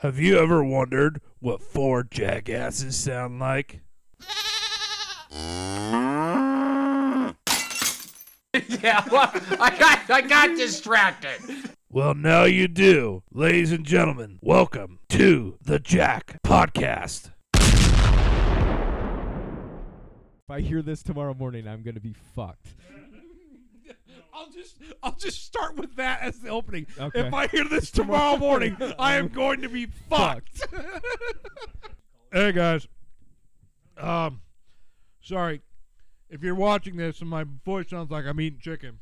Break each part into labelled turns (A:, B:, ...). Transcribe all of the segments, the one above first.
A: Have you ever wondered what four jackasses sound like?
B: yeah, well, I got I got distracted.
A: Well, now you do. Ladies and gentlemen, welcome to the Jack Podcast.
C: If I hear this tomorrow morning, I'm gonna be fucked.
A: I'll just I'll just start with that as the opening.
C: Okay.
A: If I hear this tomorrow morning, I am going to be fucked. hey guys. Um sorry. If you're watching this and my voice sounds like I'm eating chicken.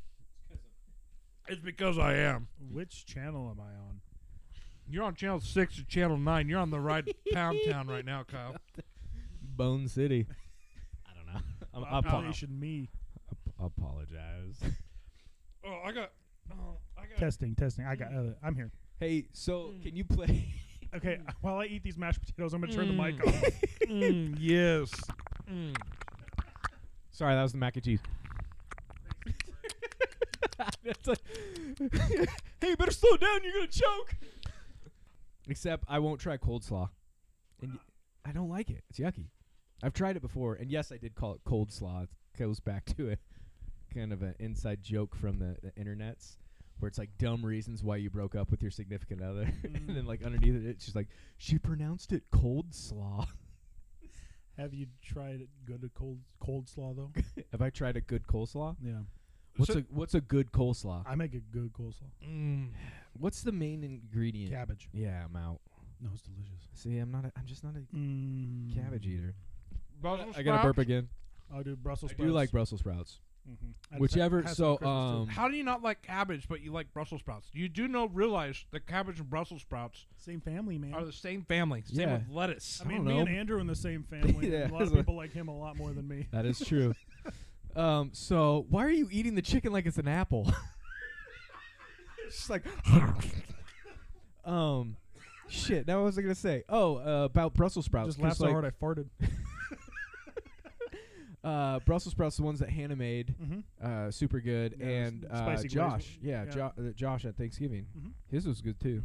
A: It's because I am.
D: Which channel am I on?
A: You're on channel 6 or channel 9. You're on the right pound town right now, Kyle.
C: Bone City. I don't know. I'm,
A: Uh,
C: I apo-
D: Population me.
C: ap- apologize.
A: Oh, I got Oh, I got
D: Testing, testing. I got. Uh, I'm here.
C: hey, so can you play?
D: Okay. While I eat these mashed potatoes, I'm gonna turn the mic off.
A: Mm, yes. Mm.
C: Sorry, that was the mac and cheese. That's like, hey, you better slow down. You're gonna choke. Except I won't try cold slaw, and y- I don't like it. It's yucky. I've tried it before, and yes, I did call it cold slaw. It goes back to it, kind of an inside joke from the, the internets, where it's like dumb reasons why you broke up with your significant other, and
D: Mm.
C: then like underneath it, she's like, she pronounced it cold slaw.
D: Have you tried a good cold cold slaw though?
C: Have I tried a good coleslaw?
D: yeah,
C: What's
A: So-
C: a what's a good coleslaw?
D: I make a good cold slaw.
A: Mm.
C: What's the main ingredient?
D: Cabbage.
C: Yeah, I'm out.
D: No, it's delicious.
C: See, I'm not. A, I'm just not a
D: Mm.
C: cabbage eater.
A: Brussels
C: I gotta burp
A: sprouts?
C: again.
D: I'll do Brussels
C: I
D: sprouts.
C: do like Brussels sprouts.
D: Mm-hmm.
C: Whichever- so, um,
A: How do you not like cabbage, but you like Brussels sprouts? You do know realize that cabbage and Brussels sprouts
D: same family, man.
A: are the same family, same
C: Yeah.
A: with lettuce.
D: I
C: I
D: mean,
C: don't
D: me and
C: know.
D: Andrew in the same family.
C: Yeah,
D: a lot of
C: it's like-
D: people like him a lot more than me.
C: That is true. um, so why are you eating the chicken like it's an apple? She's like, um, shit. Now what was I gonna say? Oh, uh, about Brussels sprouts.
D: Just
C: 'cause,
D: laugh so
C: like,
D: hard I farted.
C: uh, Brussels sprouts, the ones that Hannah made,
D: mm-hmm.
C: uh, super good.
D: Yeah, s-
C: and uh,
D: spicy glazed
C: Josh,
D: one.
C: yeah,
D: Yeah.
C: Jo- uh, Josh at Thanksgiving,
D: Mhm.
C: his was good too.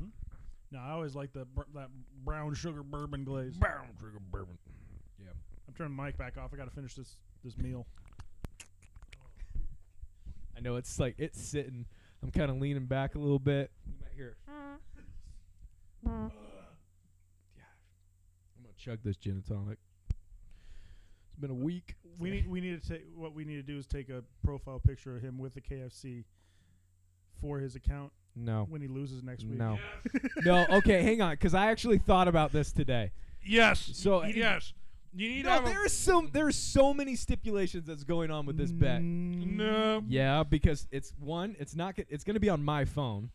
D: No, I always like the br- that brown sugar bourbon glaze.
A: Brown sugar bourbon.
D: I'm turning the mic back off. I gotta finish this this meal.
C: I know it's like it's sitting. I'm kind of leaning back a little bit. You might hear. it. Yeah. I'm gonna chug this gin and tonic. It's been a week.
D: We need we need to take what we need to do is take a profile picture of him with the KFC for his account
C: No,
D: when he loses next week.
C: no, no. Okay, hang on, because I actually thought about this today.
A: Yes.
C: So- uh,
A: y- yes. You need to
C: No,
A: have a-
C: there is so there are so many stipulations that's going on with this bet.
A: Mm. no.
C: Yeah, because it's one, it's not, go- it's gonna be on my phone.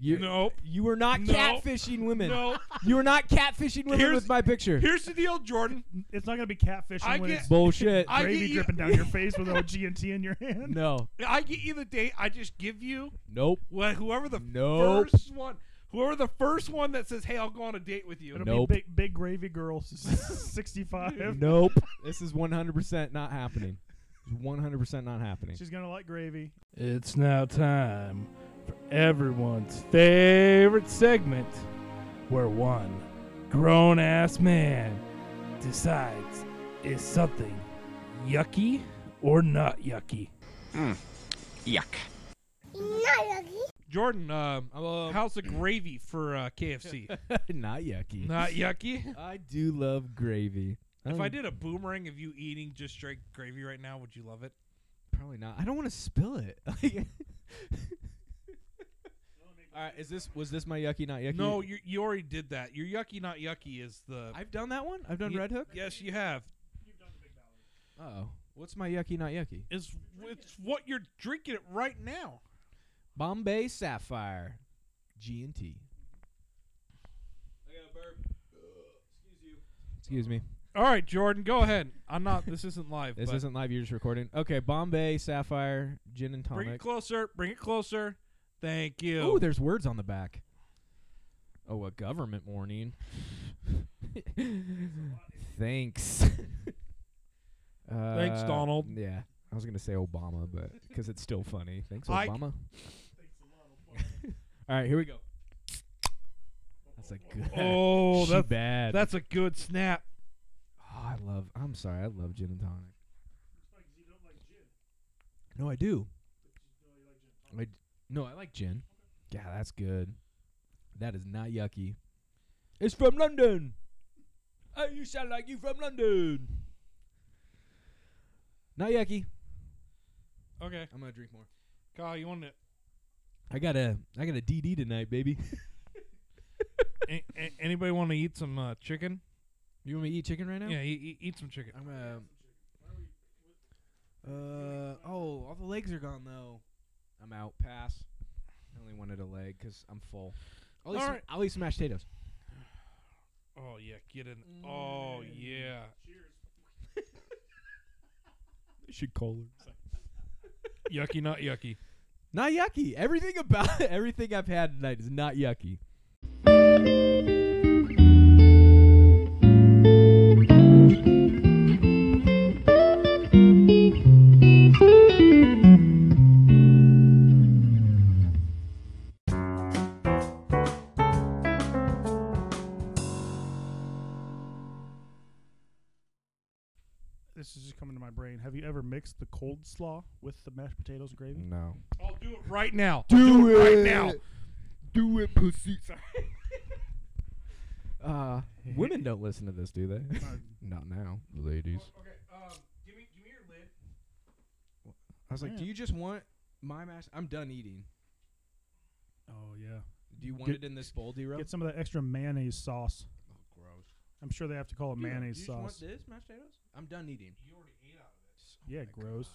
C: You,
A: No.
C: you are not
A: No.
C: catfishing women.
A: No.
C: You are not catfishing women
A: Here's-
C: with my picture.
A: Here's the deal, Jordan.
D: It's not gonna be catfishing
A: I
D: when
A: get-
D: it's
C: Bullshit.
A: I
D: gravy
A: get you-
D: dripping down your face with OG and T in your hand.
C: no.
A: I get you the date. I just give you
C: Nope.
A: wh- whoever the
C: Nope.
A: first one, whoever the first one that says, "Hey, I'll go on a date with you."
D: It'll
C: Nope.
D: be big big gravy girl sixty five.
C: Nope. this is 100% not happening. It's 100% not happening.
D: She's gonna like gravy.
A: It's now time for everyone's favorite segment where one grown ass man decides is something yucky or not yucky.
B: Yuck.
A: Jordan, uh,
C: Um,
A: how's the gravy for uh, KFC?
C: not yucky.
A: not yucky.
C: I do love gravy.
A: If
C: Um,
A: I did a boomerang of you eating just straight gravy right now, would you love it?
C: probably not. I don't want to spill it. Like- All right, is this was this my yucky not yucky?
A: No, you, you already did that. Your yucky not yucky is the
C: I've done that one. I've done
A: Ye-
C: Red Hook.
A: Yes, you have.
C: Oh, what's my yucky not yucky?
A: It's it's what you're drinking it right now.
C: Bombay Sapphire, G and T. Excuse me.
A: All right, Jordan, go ahead. I'm not. This isn't live.
C: This
A: but
C: isn't live. You're just recording. Okay, Bombay Sapphire Gin and
A: Bring it
C: Tonic.
A: closer. Bring it closer. Thank you.
C: Oh, there's words on the back. Oh, a government warning. Thanks.
A: Thanks,
C: Uh,
A: Donald.
C: Yeah, I was gonna say Obama, but because it's still funny. Thanks,
A: I-
C: Obama. All right, here we go. That's That's a good.
E: Oh,
C: she
E: that's
C: bad.
E: that's a good snap.
C: Oh, I love. I'm sorry. I love gin and tonic. No, I do. I d- no, I like gin. Yeah, that's good. That is not yucky. It's from London. Oh, you sound like you from London. Not yucky.
E: Okay,
C: I'm gonna drink more.
E: Kyle, you want to?
C: I got a I got a DD tonight, baby.
E: a- a- anybody want to eat some uh, chicken?
C: you want me to eat chicken right now?
E: Yeah, eat, eat, eat some chicken.
C: I'm gonna. Uh oh! All the legs are gone though. I'm out. Pass. I only wanted a leg because I'm full. I'll eat,
E: All
C: some,
E: right.
C: I'll eat some mashed potatoes.
E: Oh yeah, get in. Oh yeah.
C: They should call her.
E: yucky, not yucky.
C: Not yucky. Everything about everything I've had tonight is not yucky.
D: This is just coming to my brain. Have you ever mixed the cold slaw with the mashed potatoes and gravy?
C: No.
E: I'll do it right now. I'll Do, it, right now.
C: Do it, pussy. uh, women don't listen to this, do they? not now, ladies.
E: Okay, um, give me, give me your lid.
C: I was like,
D: Yeah.
C: do you just want my mashed? I'm done eating.
D: Oh yeah.
C: Do you want it
D: Get-
C: in this bowl, D-Row?
D: Get some of that extra mayonnaise sauce.
C: Oh, gross.
D: I'm sure they have to call it
C: Dude,
D: mayonnaise
C: you
D: sauce.
C: Just want this mashed potatoes? I'm done eating.
E: You already ate out of it.
D: Yeah, gross.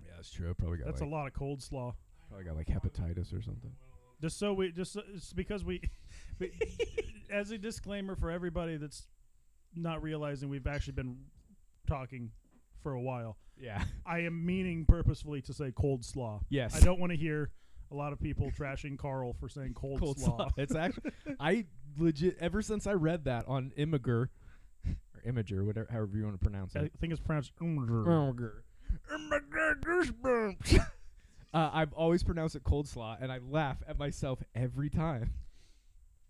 C: Yeah, that's true. I probably got
D: That's
C: like,
D: a lot of cold slaw.
C: probably got like hepatitis or something.
D: Just so we just so, it's because we, we as a disclaimer for everybody that's not realizing we've actually been talking for a while.
C: Yeah.
D: I am meaning purposefully to say cold slaw.
C: Yes.
D: I don't want to hear a lot of people trashing Carl for saying cold,
C: cold
D: slaw.
C: slaw. It's actually I legit ever since I read that on Imager or Imager, whatever however you want to pronounce
D: I
C: it.
D: think it's pronounced.
C: Imager. Imager uh, I've always pronounced it cold slaw, and I laugh at myself every time.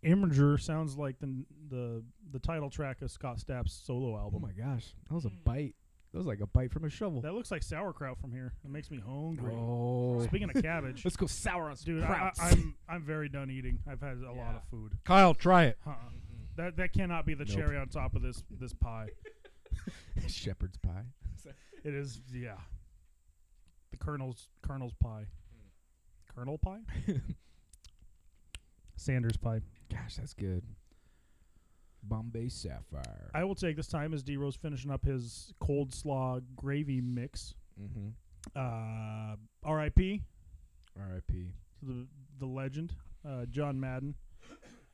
D: Imager sounds like the the the title track of Scott Stapp's solo
C: Oh
D: album.
C: my gosh, that was a bite. That was like a bite from a shovel.
D: that looks like sauerkraut from here. It makes me hungry.
C: Oh,
D: Speaking of cabbage,
C: let's go sour on some
D: dude, I,
C: krauts.
D: I, I'm I'm very done eating. I've had a lot
C: Yeah.
D: of food.
E: Kyle, try it.
D: Huh. That that cannot be the
C: Nope.
D: cherry on top of this this pie.
C: shepherd's pie.
D: It is yeah. The Colonel's Colonel's pie. Colonel pie? Sanders pie.
C: Gosh, that's good. Bombay Sapphire.
D: I will take this time as D Rose finishing up his cold slaw gravy mix.
C: mm-hmm.
D: Uh, R.I.P.
C: R.I.P.
D: to the the legend, uh, John Madden.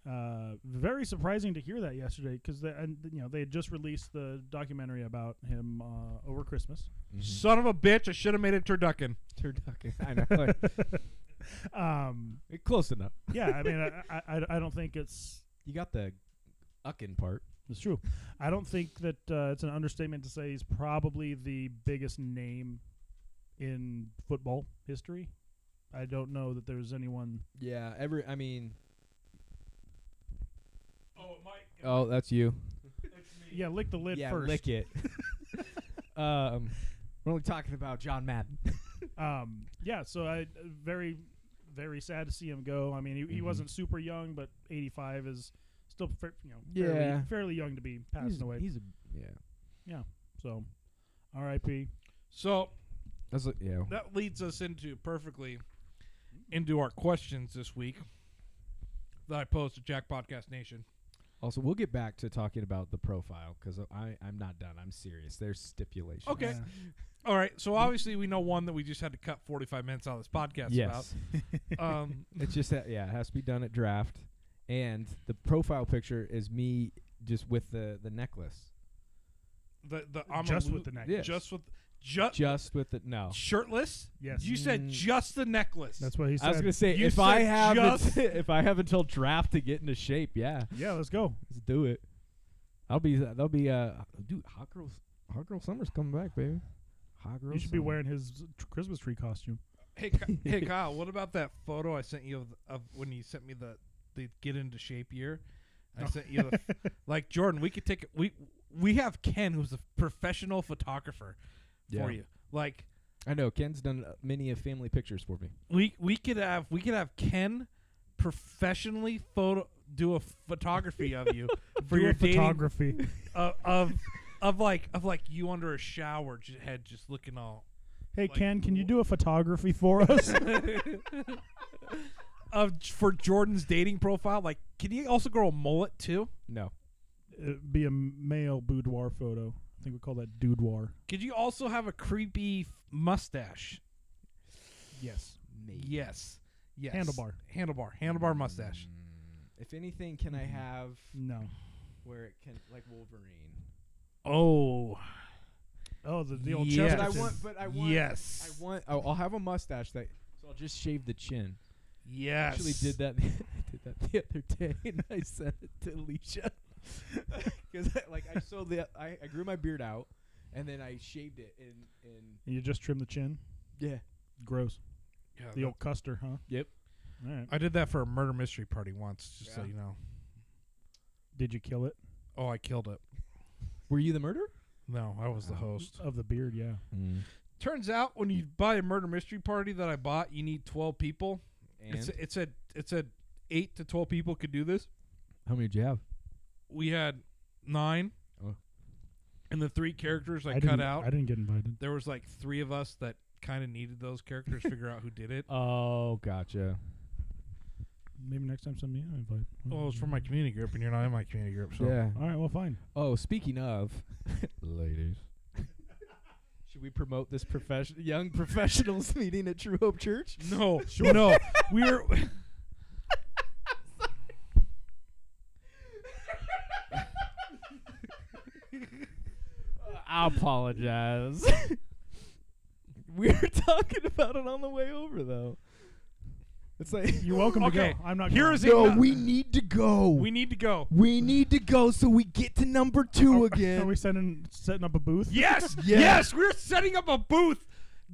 D: Uh, very surprising to hear that yesterday because and you know they had just released the documentary about him uh, over Christmas.
C: Mm-hmm.
E: Son of a bitch! I should have made it turducken.
C: Turducken. I know. like,
D: Um,
C: close enough.
D: yeah, I mean I, I, I don't think it's
C: You got the uckin part.
D: It's true. I don't think that uh, it's an understatement to say he's probably the biggest name in football history. I don't know that there's anyone.
C: Yeah. Every. I mean.
E: Oh, Mike,
C: Oh, that's you.
D: Yeah, lick the lid
C: yeah.
D: first.
C: Lick it. um, we're only talking about John Madden.
D: Um, yeah, so I very, very sad to see him go. I mean, he, he
C: Mhm.
D: wasn't super young, but 85 is still, fa- you know, fairly,
C: Yeah.
D: fairly young to be passing
C: he's,
D: away.
C: He's a. Yeah.
D: so, R.I.P.
E: so
C: That's a, yeah.
E: that leads us into perfectly into our questions this week that I posed to Jack Podcast Nation.
C: Also, we'll get back to talking about the profile because I I'm not done. I'm serious. There's stipulations.
E: Okay.
D: Yeah.
E: All right, so obviously we know one that we just had to cut 45 minutes out of this podcast
C: yes.
E: about. Um,
C: It's just that yeah, it has to be done at draft, and the profile picture is me just with the the necklace,
E: the the I'm
D: just
E: a
D: with the neck.
C: Yeah.
E: just with just
C: just with the no.
E: shirtless.
D: Yes.
E: you said
C: Mm.
E: just the necklace.
D: That's what he said.
C: I was gonna say
E: You
C: if I
E: said
C: have
E: just-
C: it, if I have until draft to get into shape, yeah,
D: yeah, let's go.
C: let's do it. I'll be that'll be uh dude hot girl hot girl summer's coming back baby. Hot girl
D: You should be wearing his tr- Christmas tree costume.
E: Hey, Ky- hey, Kyle. What about that photo I sent you of, of when you sent me the
A: the get into shape year. I said, you know, like Jordan, we could take we we have Ken, who's a professional photographer
C: Yeah.
A: for you. Like
C: I know Ken's done uh, many of family pictures for me.
A: we we could have we could have Ken professionally photo do a photography of you for
D: Dual
A: your dating
D: photography.
A: uh, of of like of like you under a shower j- head just looking all
D: hey
A: Like,
D: Ken, can you do a photography for us? Uh,
A: of for Jordan's dating profile. Like, can you also grow a mullet too?
C: No,
D: It'd be a male boudoir photo. I think we call that dudoir.
A: Could you also have a creepy f- mustache?
D: Yes.
A: Yes. Yes.
D: Handlebar.
A: Handlebar. Handlebar mustache.
C: If anything, can
D: Mm-hmm.
C: I have
D: No. Mm-hmm.
C: where it can like Wolverine?
A: Oh.
D: Oh, the, the old
A: Yes.
D: chest.
C: But I
A: That's
C: want.
A: it.
C: But I want. I
A: yes.
C: want. Oh, I'll have a mustache that. So I'll just shave the chin. I
A: yes.
C: Actually, did that. I did that the other day, and I sent it to Alicia because like I so the I, I grew my beard out, and then I shaved it, and and
D: You just trim the chin.
C: yeah,
D: Gross.
A: Yeah,
D: The
A: that-
D: old Custer, huh?
C: Yep.
D: All right.
A: I did that for a murder mystery party once, just so
C: Yeah.
A: you know.
D: Did you kill it?
A: Oh, I killed it.
C: Were you the murderer?
A: No, I was the host.
D: Of the beard, yeah.
A: Turns out when you buy a murder mystery party that I bought, you need 12 people.
C: And
A: It's it said it said 8 to 12 people could do this.
C: how many did you have?
A: We had 9.
C: Oh.
A: And the three characters I,
D: I
A: cut
D: didn't,
A: out.
D: I didn't get invited.
A: there was like 3 of us that kind of needed those characters to figure out who did it.
C: Oh, gotcha.
D: Maybe next time send me an invite.
A: Well, Oh, it was from my community group and you're not in my community group, so
C: Yeah.
D: All right, well, fine.
C: Oh, speaking of, ladies, should we promote this profession young professionals meeting at True Hope Church?
A: No, no. We were
C: I apologize. we were talking about it on the way over, though. It's like
D: You're welcome
A: Okay,
D: to go. I'm not
A: here
D: going.
A: is a
C: need to go.
A: we need to go.
C: we need to go so we get to number two
D: Are we sending, setting up a booth?
A: Yes,
C: Yeah.
A: yes, we're setting up a booth.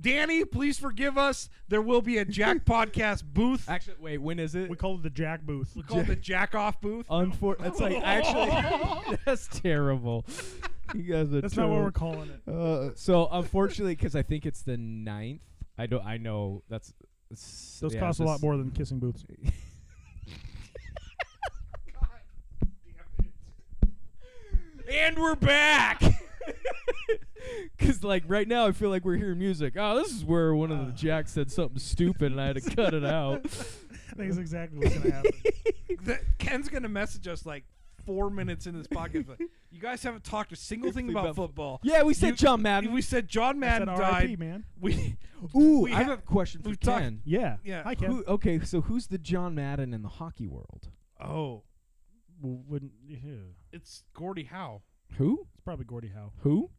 A: Danny, please forgive us. There will be a Jack Podcast booth.
C: Actually, wait. When is it?
D: We call it the Jack Booth.
A: We call it the Jack Off booth.
C: Unfor- that's like actually that's terrible. You guys are
D: That's not what
C: terrible.
D: we're calling it.
C: Uh, so unfortunately, because I think it's the ninth. I don't. I know that's. s-
D: Those
C: yeah,
D: cost a lot
C: this-
D: more than kissing booths.
A: and we're back.
C: Cause like right now, I feel like we're hearing music. Oh, this is where one
D: Uh.
C: of the jacks said something stupid, and I had to cut it out.
D: I think it's exactly what's going to happen.
A: The- Ken's gonna message us like four minutes in this podcast. Like, you guys haven't talked a single thing about football.
C: Yeah, we said
A: You-
C: John Madden.
A: We said John
D: I said
A: Madden
D: RIP,
A: died.
D: man.
A: We
C: Ooh,
A: we
C: I have
A: ha-
C: a question for
A: we've talked-
C: Ken.
D: Yeah.
A: Yeah.
D: Hi, Ken.
C: Who, okay, so who's the John Madden in the hockey world?
A: oh,
D: W- wouldn't, ew.
A: it's Gordy Howe.
C: Who?
D: It's probably Gordie Howe.
C: Who?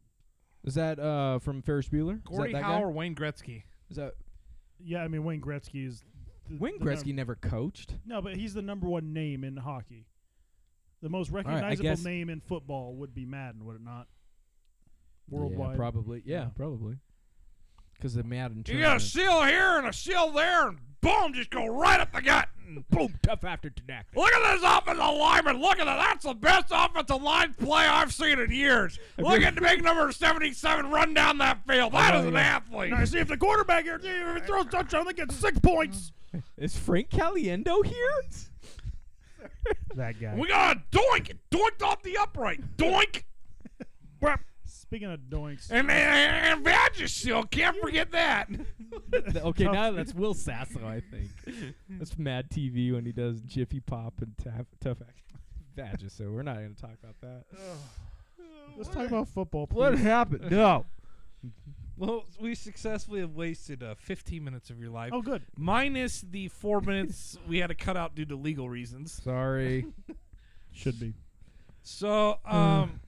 C: Is that uh from Ferris Bueller? Is
A: Gordy
C: that that
A: Howe
C: guy?
A: or Wayne Gretzky?
C: Is that
D: Yeah, I mean, Wayne Gretzky is. The,
C: Wayne
D: the num-
C: Gretzky never coached?
D: no, but he's the number one name in hockey. The most
C: I
D: recognizable
C: guess-
D: name in football would be Madden, would it not?
C: Yeah,
D: Worldwide.
C: probably. Yeah,
D: Yeah.
C: probably. Because the Madden
A: You got a
C: tournament.
A: seal here and a seal there, and boom, just go right up the gut. And boom,
C: tough after tonight.
A: look at this offensive lineman. Look at it. That's the best offensive line play I've seen in years. Look at the big number 77 run down that field. That is an athlete.
D: Now, see if the quarterback here if he throws a touchdown, they get six points.
C: Is Frank Caliendo here?
D: That guy.
A: We got a doink. It doinked off the upright. Doink.
D: Speaking of doinks,
A: And, and, and Vagisil. Can't forget that.
C: Th- okay, now that's Will Sasso, I think. That's Mad TV when he does Jiffy Pop and Taff, Tough Act. That just so we're not going to talk about that.
D: let's talk about football.
C: What
D: please.
C: happened? No.
A: Well, we successfully have wasted uh, 15 minutes of your life.
D: Oh, good.
A: Minus the four minutes we had to cut out due to legal reasons.
C: Sorry.
D: Should be.
A: So, um,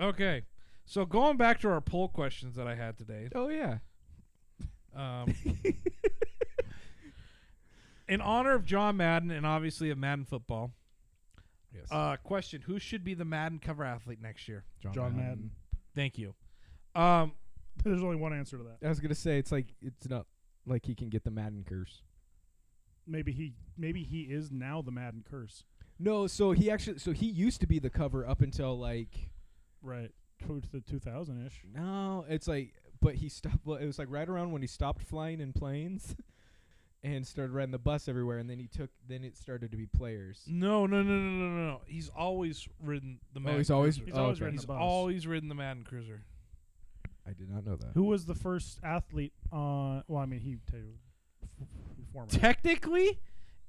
A: okay. So going back to our poll questions that I had today,
C: Oh yeah.
A: um, in honor of John Madden and obviously of Madden football,
C: Yes.
A: uh, question: Who should be the Madden cover athlete next year?
D: John Madden.
A: Thank you. Um,
D: There's only one answer to that.
C: I was gonna say it's like it's not like he can get the Madden curse.
D: maybe he maybe he is now the Madden curse.
C: No, so he actually so he used to be the cover up until like
D: Right. Towards the 2000 ish.
C: no, it's like but he stopped well, it was like right around when he stopped flying in planes and started riding the bus everywhere and then he took then it started to be players.
A: No, no, no, no, no, no, no. He's always ridden the Madden.
C: he's always-
A: Cruiser.
D: He's
C: Oh,
D: always
C: okay.
D: ridden
A: He's
D: the bus.
A: always ridden the Madden Cruiser.
C: I did not know that.
D: Who was the first athlete on? Well, I mean, he too. Former.
A: Technically,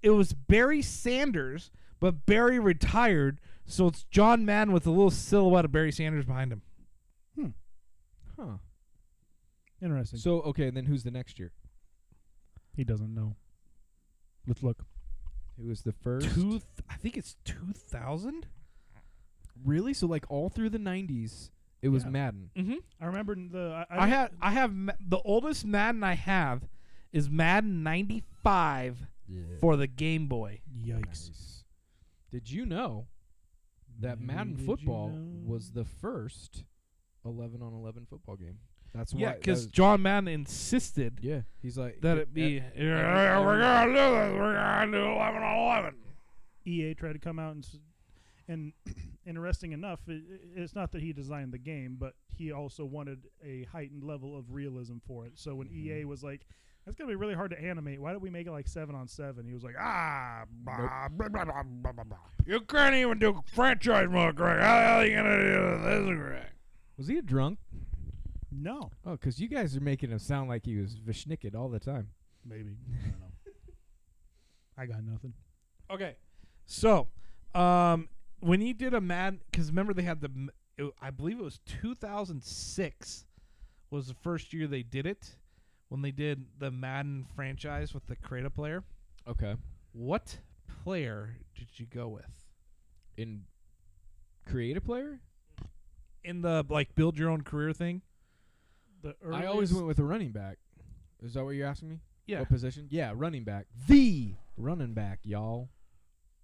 A: it was Barry Sanders, but Barry retired, so it's John Madden with a little silhouette of Barry Sanders behind him.
C: Huh.
D: Interesting.
C: So okay, then who's the next year?
D: he doesn't know. Let's look.
C: Who was the first?
A: Two, th- I think it's two thousand.
C: Really? So like all through the 90s it was
D: Yeah.
C: Madden.
A: Mm-hmm.
D: I remember n- the. I,
A: I, have, I have Ma- the oldest Madden I have is Madden ninety five
C: Yeah.
A: for the Game Boy.
D: Yikes.
C: Did you know that
D: Did
C: Madden
D: you
C: football
D: know?
C: was the first 11 on 11 football game? That's
A: Yeah,
C: why. that
A: because
C: was-
A: John Madden insisted
C: yeah, he's like
A: that it be. "Yeah,
C: every-
A: we're gonna do this. We're gonna do eleven on eleven.
D: EA tried E to come out and. s- And interesting enough, i i- it's not that he designed the game, but he also wanted a heightened level of realism for it. So when EA was like, "That's gonna be really hard to animate. Why don't we make it like seven on seven? He was like, "Ah,
F: Blah, blah, blah, blah, blah, blah, blah. You can't even do franchise mode correct. How the hell are you gonna do this correct?
C: Was he a drunk?
D: no,
C: Oh, because you guys are making him sound like he was vishnicked all the time.
D: maybe I don't know. I got nothing."
A: Okay, so um, when he did a Madden, because remember they had the, m- it, I believe it was 2006 was the first year they did it when they did the Madden franchise with the create a player.
C: Okay.
A: What player did you go with
C: In create a player,
A: in the like build your own career thing?
D: The
C: I always
D: earliest-
C: went with a running back. Is that what you're asking me?
A: Yeah.
C: What position? Yeah, running back. The running back, y'all.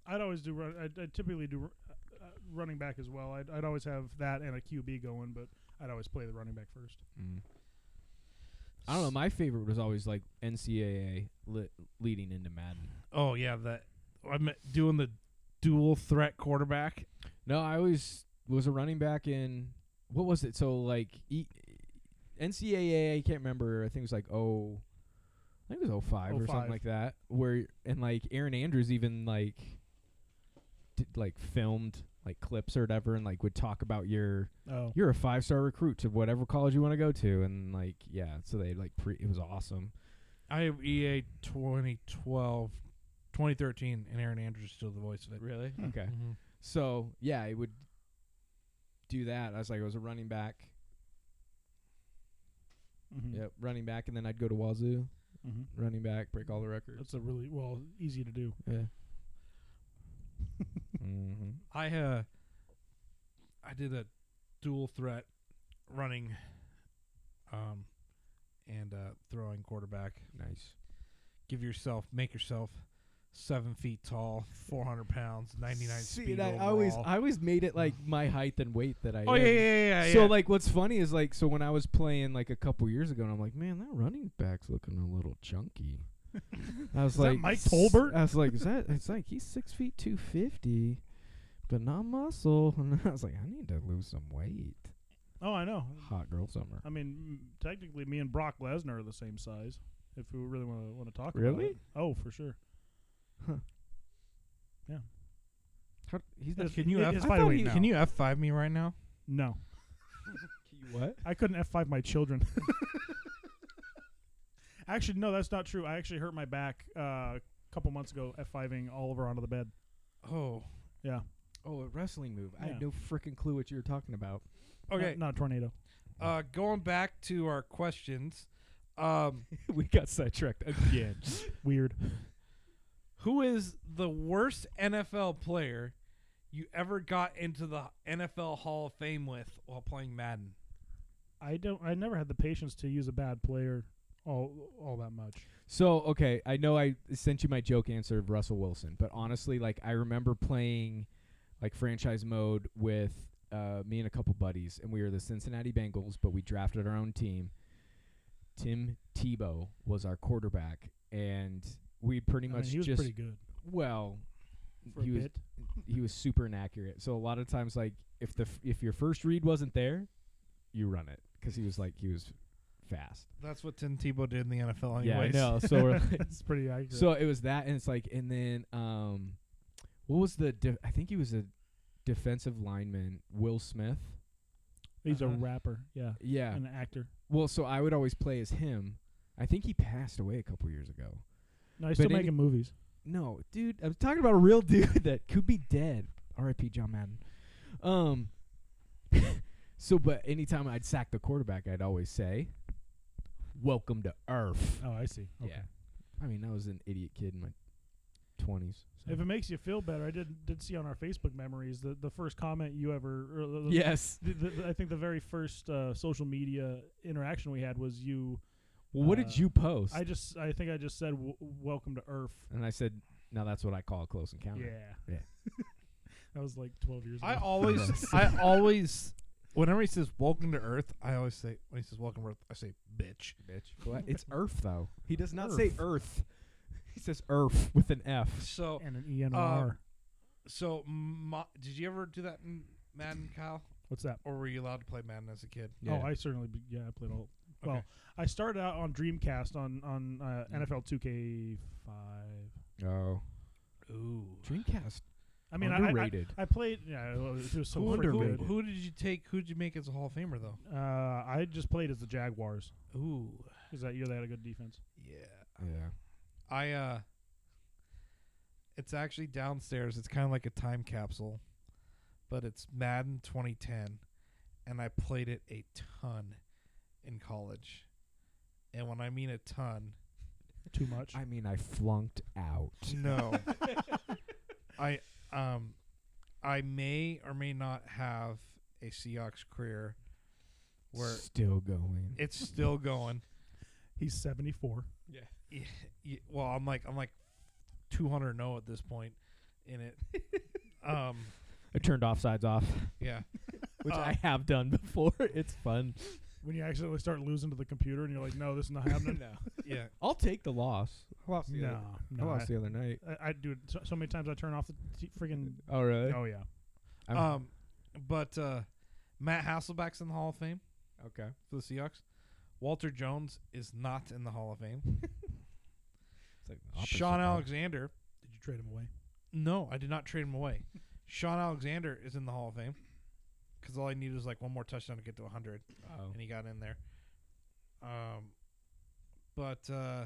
D: I'd always do run. I'd, I'd typically do uh, uh, running back as well. I'd, I'd always have that and a QB going, but I'd always play the running back first.
C: I don't know. My favorite was always like NCAA li- leading into Madden.
A: Oh yeah, that I'm doing the dual threat quarterback.
C: No, I always was a running back in what was it? So like e- NCAA, I can't remember. I think it was like oh, I think it was 05 or
D: 05.
C: something like that. Where and like Aaron Andrews even like did, like filmed like clips or whatever, and like would talk about your
D: Oh,
C: you're a five star recruit to whatever college you want to go to, and like yeah, so they like pre it was awesome.
A: I have E EA 2012, 2013, and Aaron Andrews is still the voice of it. Mm-hmm.
C: Really?
D: Hmm.
C: Okay. So yeah, I would do that. I was like, I was a running back.
D: Mhm.
C: Yep, running back, and then I'd go to Wazoo.
D: Mhm.
C: running back, break all the records.
D: That's a really well easy to do.
C: Yeah. mm-hmm.
A: I uh, I did a dual threat running, um, and uh, throwing quarterback.
C: Nice.
A: Give yourself, make yourself seven feet tall, four hundred pounds, ninety nine
C: See,
A: speed
C: and I always,
A: overall.
C: I always made it like my height and weight that I.
A: oh yeah,
C: am.
A: yeah, yeah, yeah.
C: So
A: yeah.
C: like, what's funny is like, so when I was playing like a couple years ago, and I'm like, man, that running back's looking a little chunky. I was
D: that
C: like,
D: Mike
C: "S-
D: Tolbert?"
C: I was like, is that? It's like he's six feet two fifty, but not muscle. And I was like, I need to lose some weight.
D: Oh, I know.
C: Hot girl summer.
D: I mean, m- technically, me and Brock Lesnar are the same size. If we really want to want to talk,
C: Really?
D: About it. Oh, for sure.
C: How, he's
D: It's-
A: can you
D: it
A: F-
D: is
A: I
D: by the
A: thought
D: way
A: he-
D: now.
A: can you F five me right now?
D: No,
C: what?
D: I couldn't F five my children. actually, no, that's not true. I actually hurt my back uh, a couple months ago F fiving Oliver onto the bed.
A: Oh,
C: Oh, a wrestling move. I
D: Yeah.
C: had no freaking clue what you were talking about.
A: okay.
D: not, not a tornado.
A: Uh, going back to our questions, um,
C: we got sidetracked again.
D: Weird.
A: who is the worst NFL player you ever got into the NFL Hall of Fame with while playing Madden?
D: I don't. I never had the patience to use a bad player all all that much.
C: so okay, I know I sent you my joke answer of Russell Wilson, but honestly, like I remember playing like franchise mode with uh, me and a couple buddies, and we were the Cincinnati Bengals, but we drafted our own team. Tim Tebow was our quarterback, and we pretty
D: I
C: much
D: mean, he was
C: just
D: pretty good
C: well,
D: for
C: he
D: a
C: was
D: bit.
C: he was super inaccurate. So a lot of times, like if the f- if your first read wasn't there, you run it because he was like he was fast.
A: That's what Tim Tebow did in the NFL, anyways.
C: Yeah, I know. So we're like,
D: it's pretty accurate.
C: so it was that, and it's like, and then um, what was the? De- I think he was a defensive lineman, Will Smith.
D: he's
A: uh-huh.
D: a rapper, yeah,
C: Yeah.
D: an actor.
C: Well, so I would always play as him. I think he passed away a couple years ago.
D: No, he's still
C: any-
D: making movies.
C: No, dude, I'm talking about a real dude that could be dead. R.I.P. John Madden. Um. so, but anytime I'd sack the quarterback, I'd always say, "Welcome to Earth."
D: Oh, I see. Okay.
C: Yeah. I mean, I was an idiot kid in my twenties.
D: If it makes you feel better, I did did see on our Facebook memories the the first comment you ever. Or the, the-
C: yes.
D: the- the- I think the very first uh, social media interaction we had was you.
C: Well, what
D: Uh,
C: did you post?
D: I just I think I just said w- welcome to Earth.
C: and I said, "Now that's what I call a close encounter."
D: Yeah.
C: Yeah.
D: that was like 12 years ago.
A: I always, I always, whenever he says "Welcome to Earth," I always say, when he says "Welcome to Earth," I say "Bitch."
C: Bitch. Well, it's Earth though. He does not say Earth. He says Earth with an F.
A: So,
D: and an E ENR.
A: um, so, my, did you ever do that in Madden, Kyle?
D: What's that?
A: Or were you allowed to play Madden as a kid?
C: Yeah.
D: Oh, I certainly be, yeah, I played all. Well,
A: Okay.
D: I started out on Dreamcast on on uh,
C: Mm.
D: NFL 2K5.
C: Oh.
A: Ooh.
C: Dreamcast.
D: I mean, I- I, I
C: underrated.
D: I played. Yeah, it was, it was so
A: Who,
D: freaking
A: who,
D: good.
A: who did you take? Who did you make as a Hall of Famer though?
D: Uh, I just played as the Jaguars.
A: Ooh.
D: Is that year they had a good defense?
A: Yeah.
C: yeah.
A: I uh it's actually downstairs. It's kind of like a time capsule, but it's Madden 2010 and I played it a ton in college. And when I mean a ton,
D: Too much.
C: I mean, I flunked out.
A: no. I um I may or may not have a Seahawks career where
C: Still going.
A: it's still going.
D: He's 74.
A: y- y- well, I'm like I'm like 200 no oh at this point in it. um,
C: I turned offsides off,
A: yeah.
C: which
A: Uh,
C: I have done before. It's fun.
D: When you accidentally start losing to the computer and you're like, no, this is not happening.
A: Yeah.
C: I'll take the loss. I lost
D: no, no. I,
C: the other night.
D: I, I do it so, so many times. I turn off the t- freaking.
C: Oh really?
D: Oh yeah.
C: I'm-
A: Um, but uh, Matt Hasselback's in the Hall of Fame
C: okay.
A: for the Seahawks. Walter Jones is not in the Hall of Fame.
C: It's like
A: Sean Alexander,
D: Did you trade him away?
A: no, I did not trade him away. Sean Alexander is in the Hall of Fame because all I needed was like one more touchdown to get to 100,
C: Oh.
A: and he got in there. Um, but uh,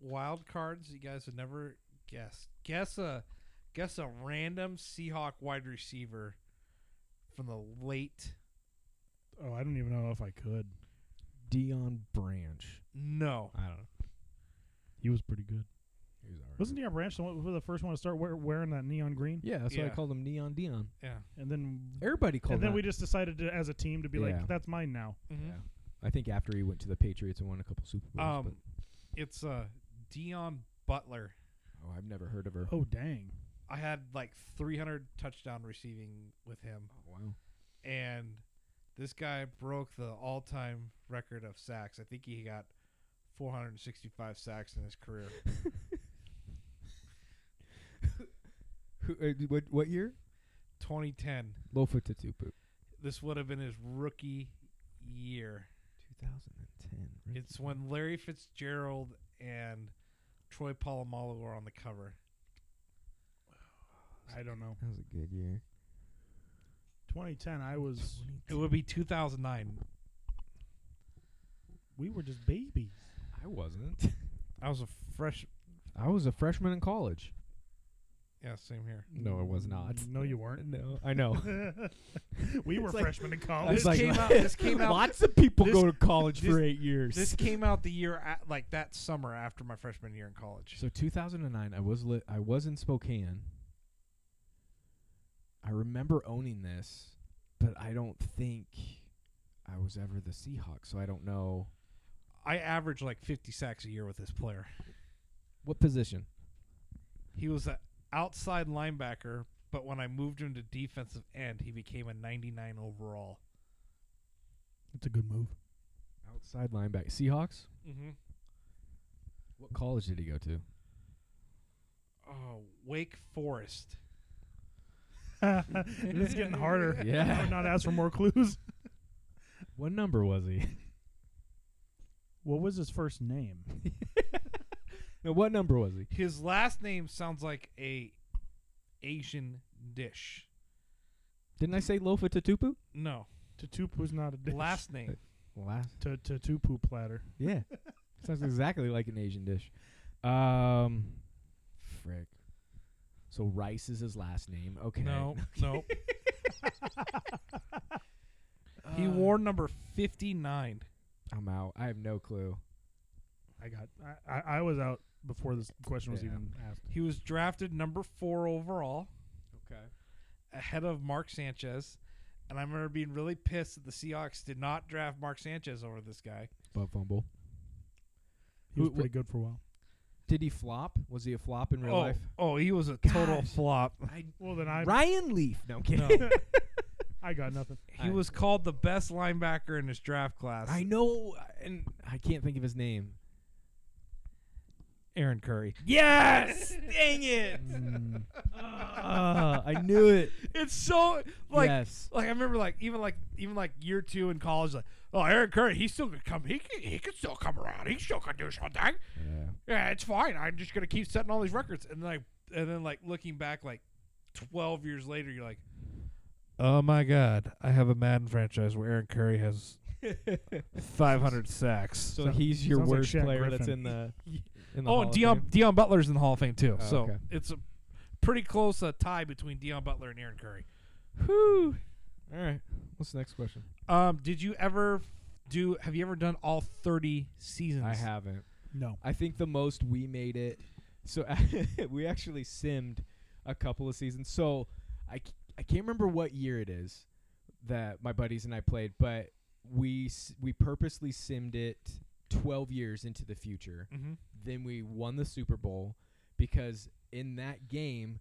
A: wild cards, you guys would never guess. Guess a guess a random Seahawk wide receiver from the late
D: Oh, I don't even know if I could.
C: Dion Branch.
A: No.
C: I don't know.
D: He was pretty good.
C: He was alright.
D: Wasn't Deion Branch the, one, the first one to start wear, wearing that neon green?
C: Yeah, that's why
A: Yeah.
C: I called him Neon Dion.
A: Yeah.
D: And then
C: Everybody called
D: and then
C: him.
D: we just decided to, as a team to be
C: Yeah.
D: like, that's mine now.
A: Mhm.
C: I think after he went to the Patriots and won a couple Super Bowls.
A: Um, it's uh Dion Butler.
C: but, oh, I've never heard of her.
D: Oh dang.
A: I had like 300 touchdown receiving with him,
C: Oh, wow.
A: and this guy broke the all-time record of sacks. I think he got 465 sacks in his career.
C: Who, uh, d- what, what year?
A: 2010.
C: Lofa Tatupu.
A: This would have been his rookie year.
C: 2010.
A: It's when Larry Fitzgerald and Troy Polamalu were on the cover.
D: I don't know.
C: That was a good year.
D: 2010. I was.
A: It would be 2009.
D: We were just babies.
C: I wasn't.
A: I was a fresh.
C: I was a freshman in college.
A: Yeah, same here.
C: No, I was not.
D: No, you weren't.
C: No, I know.
D: we were
C: It's like-
D: freshmen in
C: I
D: college.
C: was like,
A: came out- this came out-
C: Lots of people
A: this-
C: go to college
A: this-
C: for eight years.
A: This came out the year at, like that summer after my freshman year in college.
C: so 2009, I was li- I was in Spokane. I remember owning this, but I don't think I was ever the Seahawk, so I don't know
A: I averaged like 50 sacks a year with this player.
C: what position.
A: He was an outside linebacker, but when I moved him to defensive end, he became a 99 overall.
D: It's a good move.
C: Outside linebacker, Seahawks.
A: Mm-hmm.
C: What college did he go to?
A: Oh, Wake Forest.
D: it's getting harder.
C: Yeah.
D: I would not ask for more clues.
C: What number was he?
D: What was his first name?
C: no, what number was he?
A: His last name sounds like a Asian dish.
C: Didn't I say Lofa Tatupu?
A: No,
D: Tatupu was not a dish.
A: last name.
C: Last.
D: Ta- Tatupu platter.
C: Yeah. Sounds exactly like an Asian dish. Um, frick. So rice is his last name. Okay.
A: No, no. he wore number fifty-nine.
C: I'm out. I have no clue.
D: I got. I, I, I was out before this question was
C: Yeah.
D: even asked.
A: He was drafted number four overall,
C: Okay.
A: ahead of Mark Sanchez. And I remember being really pissed that the Seahawks did not draft Mark Sanchez over this guy.
C: But fumble.
D: He was
C: Who-
D: pretty good for a while.
C: Did he flop? Was he a flop in real
A: oh,
C: life?
A: oh, he was a total
C: Gosh.
A: flop.
D: Well, then I
C: Ryan Leaf. No, I'm kidding.
A: No.
D: I got nothing.
A: He
C: I-
A: was called the best linebacker in his draft class.
C: I know, and I can't think of his name.
A: Aaron Curry.
C: Yes! Dang it! Mm. Ah, I knew it.
A: It's so like
C: yes.
A: like I remember like even like even like year two in college like oh Aaron Curry he still could come he could, he could still come around he still could do something
C: Yeah.
A: yeah it's fine I'm just gonna keep setting all these records and then like and then like looking back like twelve years later you're like oh my god I have a Madden franchise where Aaron Curry has five hundred sacks
C: So,
D: So-
C: he's your
D: sounds like
C: worst
D: Shaq
C: player that's
D: Griffin.
C: in the. In the
A: oh
C: Hall
A: and
C: of
A: Dion
C: Fame?
A: Dion Butler's in the Hall of Fame too
C: Oh,
A: so
C: okay.
A: it's a pretty close uh, tie between Dion Butler and Aaron Curry
C: Whew. All right. What's the next question?
A: Um, did you ever do? Have you ever done all thirty seasons?
C: I haven't.
D: No.
C: I think the most we made it. So we actually simmed a couple of seasons. So I, c- I can't remember what year it is that my buddies and I played, but we s- we purposely simmed it 12 years into the future.
A: Mm-hmm.
C: Then we won the Super Bowl because in that game,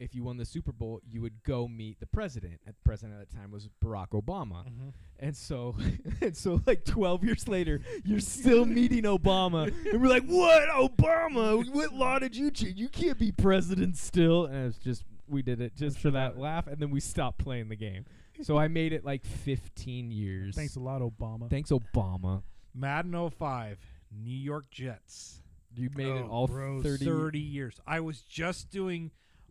C: if you won the Super Bowl, you would go meet the president. The president at the time was Barack Obama.
A: Mm-hmm.
C: And so, and so, like twelve years later, you're still meeting Obama, and we're like, "What, Obama? What law did you change? You can't be president still." And it's just we did it just for that laugh, and then we stopped playing the game. So I made it like fifteen years.
D: Thanks a lot, Obama.
C: thanks, Obama.
A: Madden 05, New York Jets.
C: You made it
D: Oh,
C: all
D: bro,
C: thirty.
A: Thirty years. I was just doing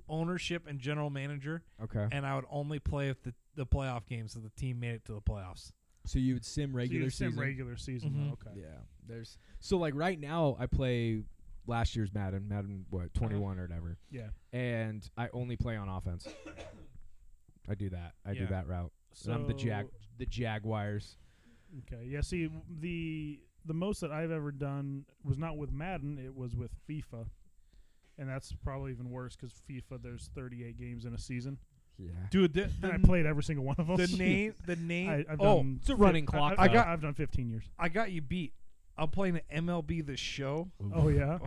A: ownership and general manager,
C: Okay,
A: and I would only play if the the playoff games so the team made it to the playoffs.
C: so you would sim regular
D: so you sim
C: season.
D: regular season.
A: Mhm.
D: Okay.
C: Yeah, there's so like right now I play last year's Madden, Madden what twenty one or whatever.
D: Yeah.
C: and I only play on offense. I do that. I do
A: Yeah.
C: that route. And I'm the jag the Jaguars.
D: Okay. Yeah. See, w- the the most that I've ever done was not with Madden. It was with FIFA, and that's probably even worse because FIFA there's 38 games in a season,
C: Yeah.
A: Dude, the,
D: and I
A: the,
D: played every single one of them.
A: the name, the name.
D: Oh, I, I've
A: oh,
D: done
C: It's a
D: fif-
C: running clock,
D: I, I,
A: though.
D: got. I've done 15 years.
A: I got you beat. I'm playing the MLB The Show.
D: Oh yeah.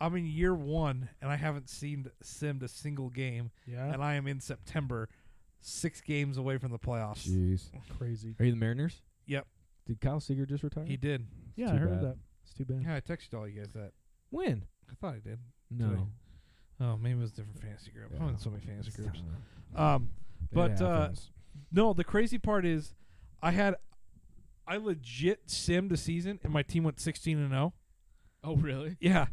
A: I'm in year one, and I haven't seen simmed a single game,
D: Yeah.
A: and I am in September, six games away from the playoffs.
C: Jeez.
D: Crazy.
C: Are you the Mariners?
A: Yep.
C: Did Kyle Seager just retire?
A: He did.
D: Yeah, I
C: too
D: heard
C: bad.
D: that.
C: It's too bad.
A: Yeah, I texted all you guys that.
C: When?
A: I thought I did.
C: No.
A: Oh, maybe it was a different fantasy group. I'm in so many fantasy
C: It's
A: groups.
C: not.
A: Um, but
C: It
A: uh,
C: happens.
A: no, the crazy part is, I had, I legit simmed a season, and my team went 16 and 0.
C: oh really?
A: Yeah,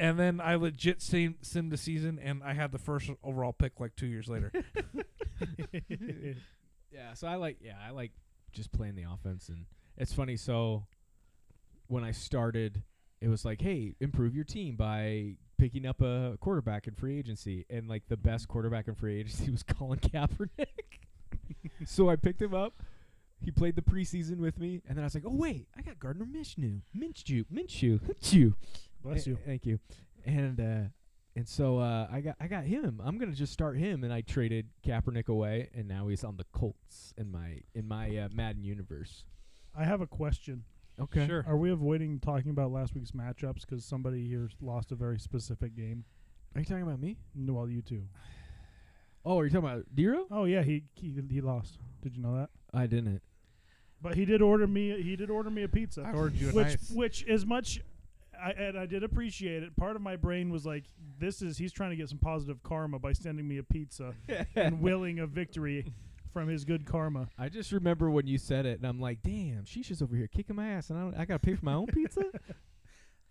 A: and then I legit sim- simmed a season, and I had the first overall pick like two years later.
C: Yeah. So I like yeah I like just playing the offense and it's funny. So when I started, it was like hey improve your team by picking up a quarterback in free agency and like the best quarterback in free agency was Colin Kaepernick. so I picked him up. He played the preseason with me, and then I was like, "Oh wait, I got Gardner Minshew, Minshew, Minshew, Minshew."
D: Bless
C: Eh,
D: you.
C: Thank you. And uh, and so uh, I got I got him. I'm gonna just start him, and I traded Kaepernick away, and now he's on the Colts in my in my uh, Madden universe.
D: I have a question.
C: Okay.
A: Sure.
D: Are we avoiding talking about last week's matchups because somebody here lost a very specific game?
C: Are you talking about me?
D: No, Well, you too.
C: Oh, are you talking about Dero?
D: Oh yeah, he he, he lost. Did you know that?
C: I didn't.
D: But he did order me. He did order me a pizza.
A: I ordered you a
D: which
A: nice-
D: which as much I, and I did appreciate it. Part of my brain was like, "This is he's trying to get some positive karma by sending me a pizza and willing a victory from his good karma."
C: I just remember when you said it, and I'm like, "Damn, she's just over here kicking my ass, and I, don't, I gotta pay for my own pizza."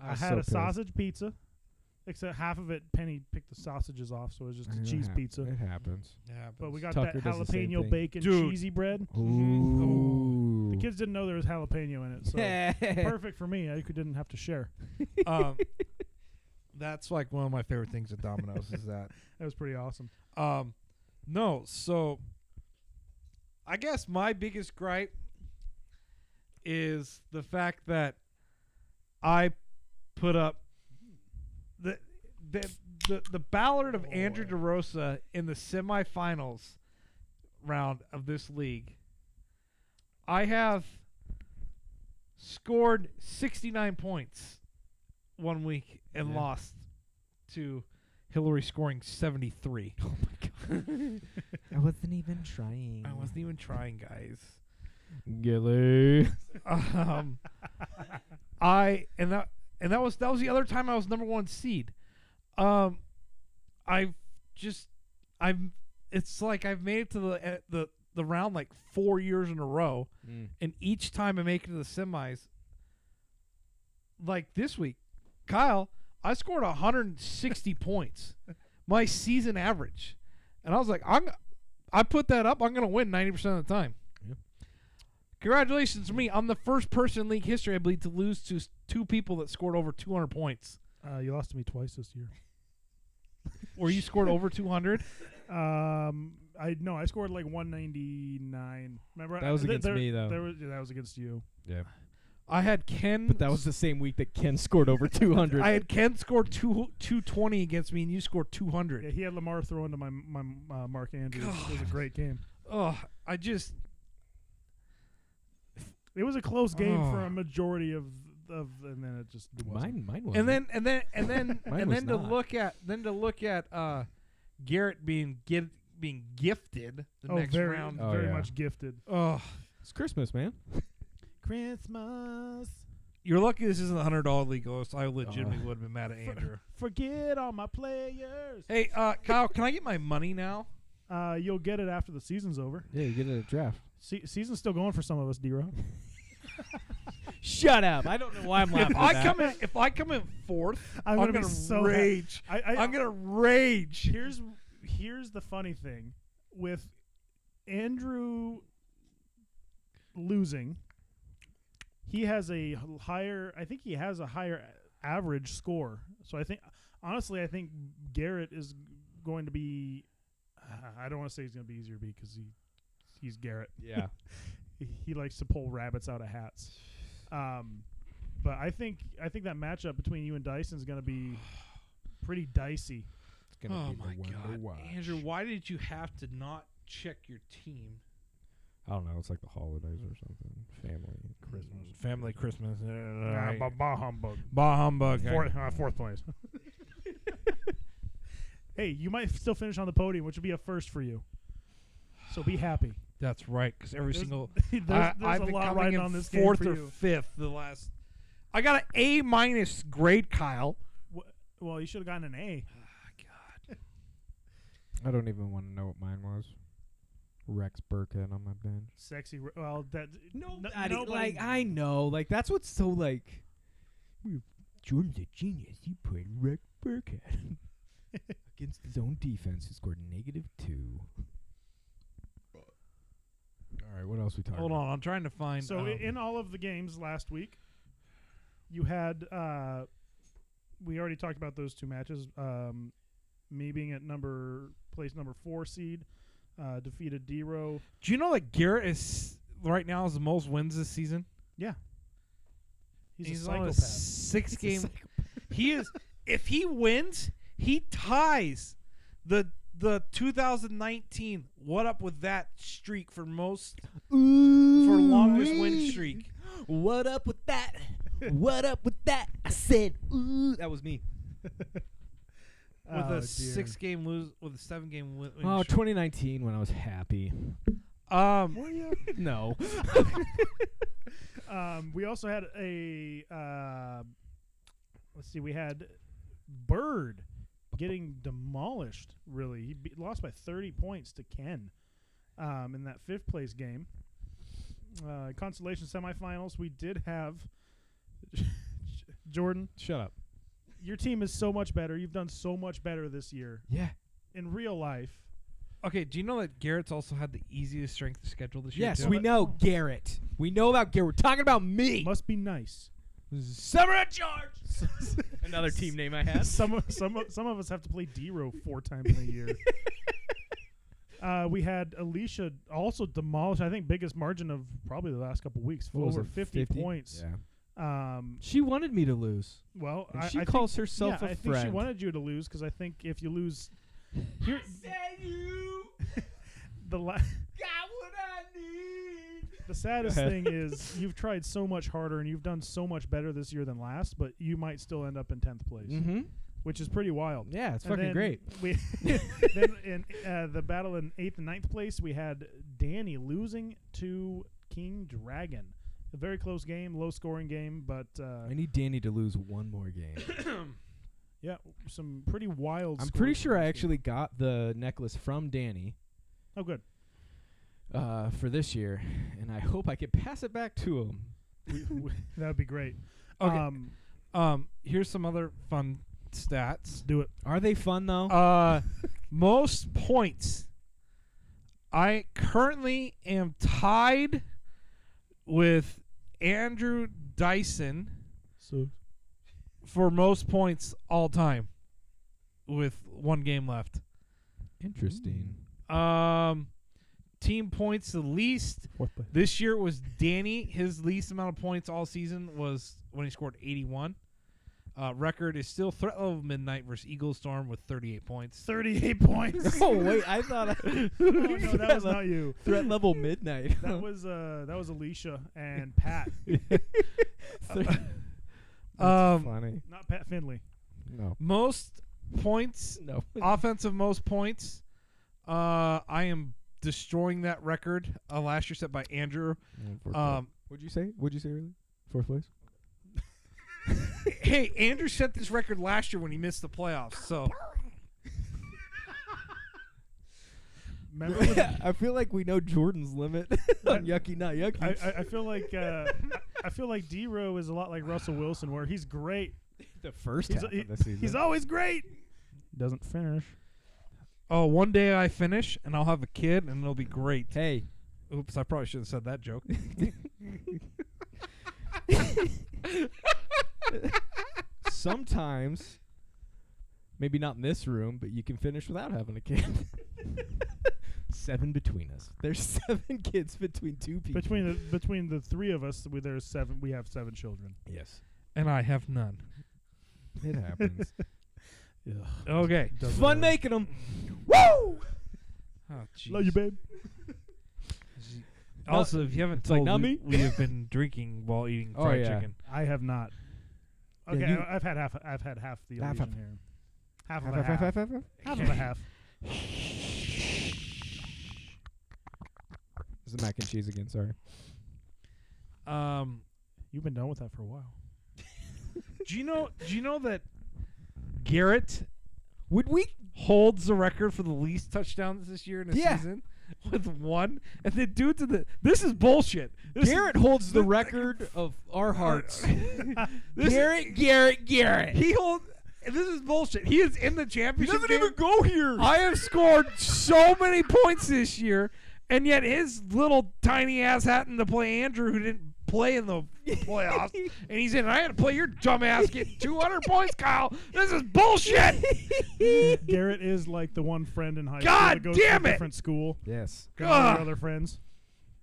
D: I,
C: was
D: had
C: so
D: a
C: pissed.
D: sausage pizza, except half of it Penny picked the sausages off, so it was just
C: I know
D: a
C: it
D: cheese
C: hap-
D: pizza.
C: It happens.
A: Yeah,
D: But we got
C: Tucker
D: that
C: does the same
D: jalapeno
C: thing.
D: bacon
E: Dude.
D: cheesy bread.
C: Ooh.
D: The kids didn't know there was jalapeno in it, so perfect for me. I could, didn't have to share.
A: um, that's like one of my favorite things at Domino's is that.
D: That was pretty awesome.
A: Um, no, so I guess my biggest gripe is the fact that I put up the the the, the ballard of Andrew DeRosa in the semifinals round of this league. I have scored 69 points one week and
C: Yeah.
A: lost to Hillary scoring 73.
C: I wasn't even trying.
A: I wasn't even trying, guys.
C: Gilly.
A: Um, I and that and that was that was the other time I was number one seed. Um, I've just I'm. It's like I've made it to the eh, the the round like four years in a row,
C: Mm.
A: and each time I make it to the semis. Like this week, Kyle, I scored 160 points, my season average, and I was like, I'm. I put that up. I'm gonna win 90 percent of the time.
C: Yep.
A: Congratulations to me. I'm the first person in league history, I believe, to lose to s- two people that scored over 200 points.
D: Uh, you lost to me twice this year.
A: Or you scored over 200.
D: Um, I no, I scored like 199. Remember
C: That was
D: I- th-
C: against
D: there-
C: me, though.
D: There was, yeah, that was against you.
A: I had Ken.
C: That was the same week that Ken scored over 200.
A: I had Ken score two 220 against me, and you scored 200.
D: Yeah, he had Lamar throwing to my my uh, Mark Andrews. It was a great game.
A: Oh, I just
D: It was a close game for
A: Oh.
D: a majority of of, and then it just wasn't.
C: mine, mine was.
A: and then and then and then
C: Mine
A: and
C: was
A: then to
C: not.
A: look at then to look at uh, Garrett being gi- being gifted the
D: oh,
A: next
D: very,
A: round.
C: Oh,
D: very
C: yeah.
D: much gifted.
A: Oh,
C: it's Christmas, man. Christmas.
A: you're lucky this isn't a hundred dollar league, or else I legitimately
C: Uh.
A: would have been mad at Andrew.
D: Forget all my players.
A: Hey, uh, Kyle, can I get my money now?
D: Uh, you'll get it after the season's over.
C: Yeah, you get a draft.
D: Se- season's still going for some of us, D-Rock.
C: Shut up! I don't know why I'm laughing.
A: If I come in, if I come in fourth,
D: I'm
A: I'm
D: gonna be so ha-
A: rage.
D: I, I,
A: I'm gonna rage.
D: here's here's the funny thing with Andrew losing. He has a higher. I think he has a higher a- average score. So I think, honestly, I think Garrett is going to be. I don't want to say he's going to be easier to beat because he, he's Garrett.
C: yeah,
D: He- He likes to pull rabbits out of hats. Um, but I think I think that matchup between you and Dyson is going to be pretty dicey.
C: it's gonna
A: Oh
C: be
A: my
C: the one to
A: god,
C: watch.
A: Andrew, why did you have to not check your team?
C: I don't know. It's like the holidays or something. Family, Christmas.
A: family, Christmas.
D: Nah, bah, bah humbug.
A: Bah humbug.
D: Fourth, uh, fourth place. hey, you might still finish on the podium, which would be a first for you. So be happy.
A: That's right, because every
D: There's-
A: single
D: there's
A: I,
D: there's
A: I've
D: a
A: been
D: lot
A: coming
D: riding
A: in
D: on this game
A: fourth
D: for
A: or
D: you.
A: fifth. The last, I got an A minus grade, Kyle.
D: Wh- Well, you should have gotten an A.
C: I don't even want to know what mine was. Rex Burkhead on my bench.
D: Sexy. r- Well, that no,
C: Nobody,
D: nobody-
C: like I know, like that's what's so like. "Well, Jordan's a genius. He played Rex Burkhead against his own defense, who scored negative two. All right, what else we talking?
A: Hold on, I'm trying to find.
D: So
A: um,
D: i in all of the games last week, you had uh, we already talked about those two matches. Um, me being at number place number four seed, uh, defeated Dero.
A: do you know that Garrett is right now is the most wins this season?
D: He's,
A: He's,
D: a
A: on a
D: psychopath.
A: six game. He is. If he wins, he ties the the 2019. What up with that streak for most
C: Ooh,
A: for longest win streak?
C: What up with that? what up with that? I said, ooh, that was me.
A: With
D: Oh,
A: a
D: dear.
A: six game lose, with a seven game win. win
C: Oh,
A: streak.
C: 2019 when I was happy.
A: um,
C: no.
D: Um, we also had a uh, let's see, we had Bird getting demolished. Really, he be- lost by 30 points to Ken um, in that fifth place game. Uh, consolation semifinals. We did have Jordan.
C: Shut up.
D: Your team is so much better. You've done so much better this year
C: Yeah.
D: in real life.
A: Okay, do you know that Garrett's also had the easiest strength schedule this year?
C: Yes,
A: too?
C: we know Garrett. We know about Garrett. We're talking about me.
D: Must be nice.
C: Summer at charge. Another
D: team
C: name I had.
D: some of- some of- some of us have to play Dero four times in a year. Uh, we had Alicia also demolished. I think biggest margin of probably the last couple weeks, over fifty, points.
C: Yeah.
D: Um,
C: She wanted me to lose.
D: well,
C: And
D: I,
C: she
D: I
C: calls
D: think,
C: herself
D: yeah,
C: a
D: I think
C: friend.
D: she wanted you to lose because I think if you lose, here the la-
B: got what I need.
D: the saddest
C: ahead.
D: thing is you've tried so much harder and you've done so much better this year than last, but you might still end up in tenth place,
C: mm-hmm.
D: which is pretty wild.
C: Yeah, it's
D: And
C: fucking
D: then
C: great.
D: We then in uh, the battle in eighth and ninth place, we had Danny losing to King Dragon. A very close game, low scoring game, but uh,
C: I need Danny to lose one more game.
D: yeah, some pretty wild.
C: I'm
D: scores
C: pretty
D: from
C: sure I
D: this game.
C: actually got the necklace from Danny
D: Oh, good.
C: uh, for this year, and I hope I could pass it back to him.
D: We, we, that would be great.
A: Okay.
D: Um,
A: Um, here's some other fun stats.
D: do it.
C: Are they fun though?
A: Uh, most points. I currently am tied with Andrew Dyson
D: So
A: for most points all time, with one game left.
C: Interesting.
A: Um, team points the least
D: fourth place.
A: this year was Danny. His least amount of points all season was when he scored 81. Uh, record is still threat level midnight versus Eagle Storm with 38 points.
D: Thirty-eight points.
C: oh wait, I thought I
D: oh, no, that was not you.
C: threat level midnight.
D: That was uh, that was Alicia and Pat,
C: That's
A: Um,
C: funny.
D: not Pat Finley.
C: No.
A: most points
C: No. Uh,
A: offensive most points. Uh, I am destroying that record. Uh, last year set by Andrew. Um,
C: What'd you say? What'd you say really? Fourth place?
A: hey, Andrew set this record last year when he missed the playoffs. So
D: Remember when
C: I feel like we know Jordan's limit on yucky not yucky.
D: I, I, I feel like uh, I feel like Dero is a lot like Russell Wilson, where he's great.
C: the first
D: He's,
C: half
D: he-
C: of the season.
D: he's always great. Doesn't finish.
A: oh, one day I finish and I'll have a kid and it'll be great.
C: hey,
A: Oops, I probably shouldn't have said that joke.
C: sometimes, maybe not in this room, but you can finish without having a kid. seven between us. There's seven kids between two people.
D: Between the between the three of us, we, there's seven. We have seven children.
C: yes,
A: And I have none.
C: it happens.
A: Okay.
D: Doesn't
C: Fun
D: matter.
C: making them. Woo!
A: Oh, jeez.
D: Love you, babe.
A: Also, if you haven't
C: like,
A: told
C: not
A: we,
C: me?
A: we have been drinking while eating
C: Oh,
A: fried
C: yeah.
A: chicken.
D: I have not.
C: Yeah,
D: Okay,
C: you-
D: I, have had half. I've had half the
C: Half
D: illusion
C: of-
D: here. Half of a half. Half of a half.
C: This is mac and cheese again. Sorry.
A: Um,
D: You've been done with that for a while.
A: do you know? Do you know that Garrett
C: Would we?
A: holds the record for the least touchdowns this year in a
C: Yeah.
A: season with one. And the dude to the this is bullshit. This
C: Garrett holds the record of our hearts.
A: This is-
C: Garrett, Garrett, Garrett.
A: Is, he hold. This is bullshit. He is in the championship. game.
C: go here.
A: I have scored so many points this year, and yet his little tiny ass happened to play Andrew, who didn't play in the playoffs, and he's in. I had to play your dumb ass get 200 points, Kyle. This is bullshit.
D: Garrett is like the one friend in high school
A: God
D: that goes
A: damn
D: to
A: it!
D: a different school.
C: yes.
D: than all
A: Ugh.
D: your other friends.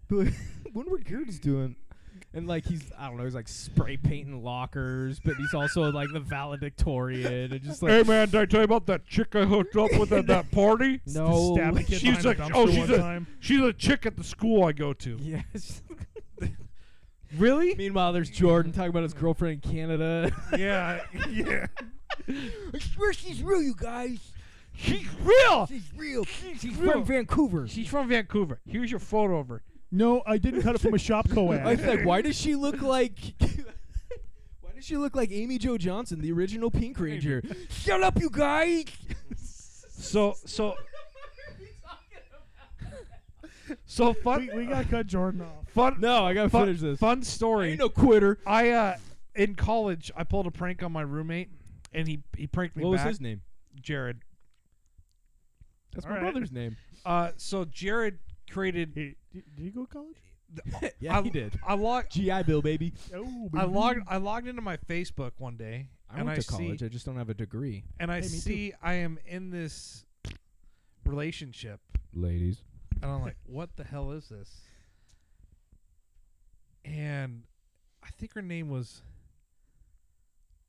C: But when were Gert's doing? And like he's, I don't know, he's like spray painting lockers, but he's also like the valedictorian and just like
A: man, did I tell you about that chick I hooked up with at that party?
C: no,
D: Stab a kid
A: She's
D: behind a
A: like,
D: dumpster
A: oh, she's
D: one
A: a-
D: time.
A: She's a chick at the school I go to.
C: yes.
A: Really?
C: Meanwhile, there's Jordan talking about his girlfriend in Canada.
A: Yeah, yeah.
C: I swear she's real, you guys.
A: She's real.
C: She's real. She's
A: from real.
C: Vancouver.
A: She's from Vancouver. Here's your photo of her.
D: No, I didn't cut it from a shop co-ed.
C: I was like, why does she look like? why does She looked like Amy Jo Johnson, the original Pink Ranger. Shut up, you guys!
A: So so so fun.
D: we, we gotta cut Jordan off.
A: fun.
C: No, I gotta
A: fun,
C: finish this.
A: Fun
C: I
A: story.
C: ain't no quitter.
A: I uh in college I pulled a prank on my roommate and he he pranked me
C: What was
A: back.
C: his name?
A: Jared.
C: That's
D: All
C: my
D: right.
C: brother's name.
A: Uh so Jared created
D: He, did, did he go to college?
C: yeah,
A: I-
C: he did.
A: I logged
C: GI Bill, baby.
D: Oh,
A: I logged I logged into my Facebook one day
C: I
A: and
C: went
A: I
C: to
A: see
C: college. I just don't have a degree,
A: and I
D: Hey, me too.
A: see I am in this relationship
C: ladies.
A: and I'm like what the hell is this? And I think her name was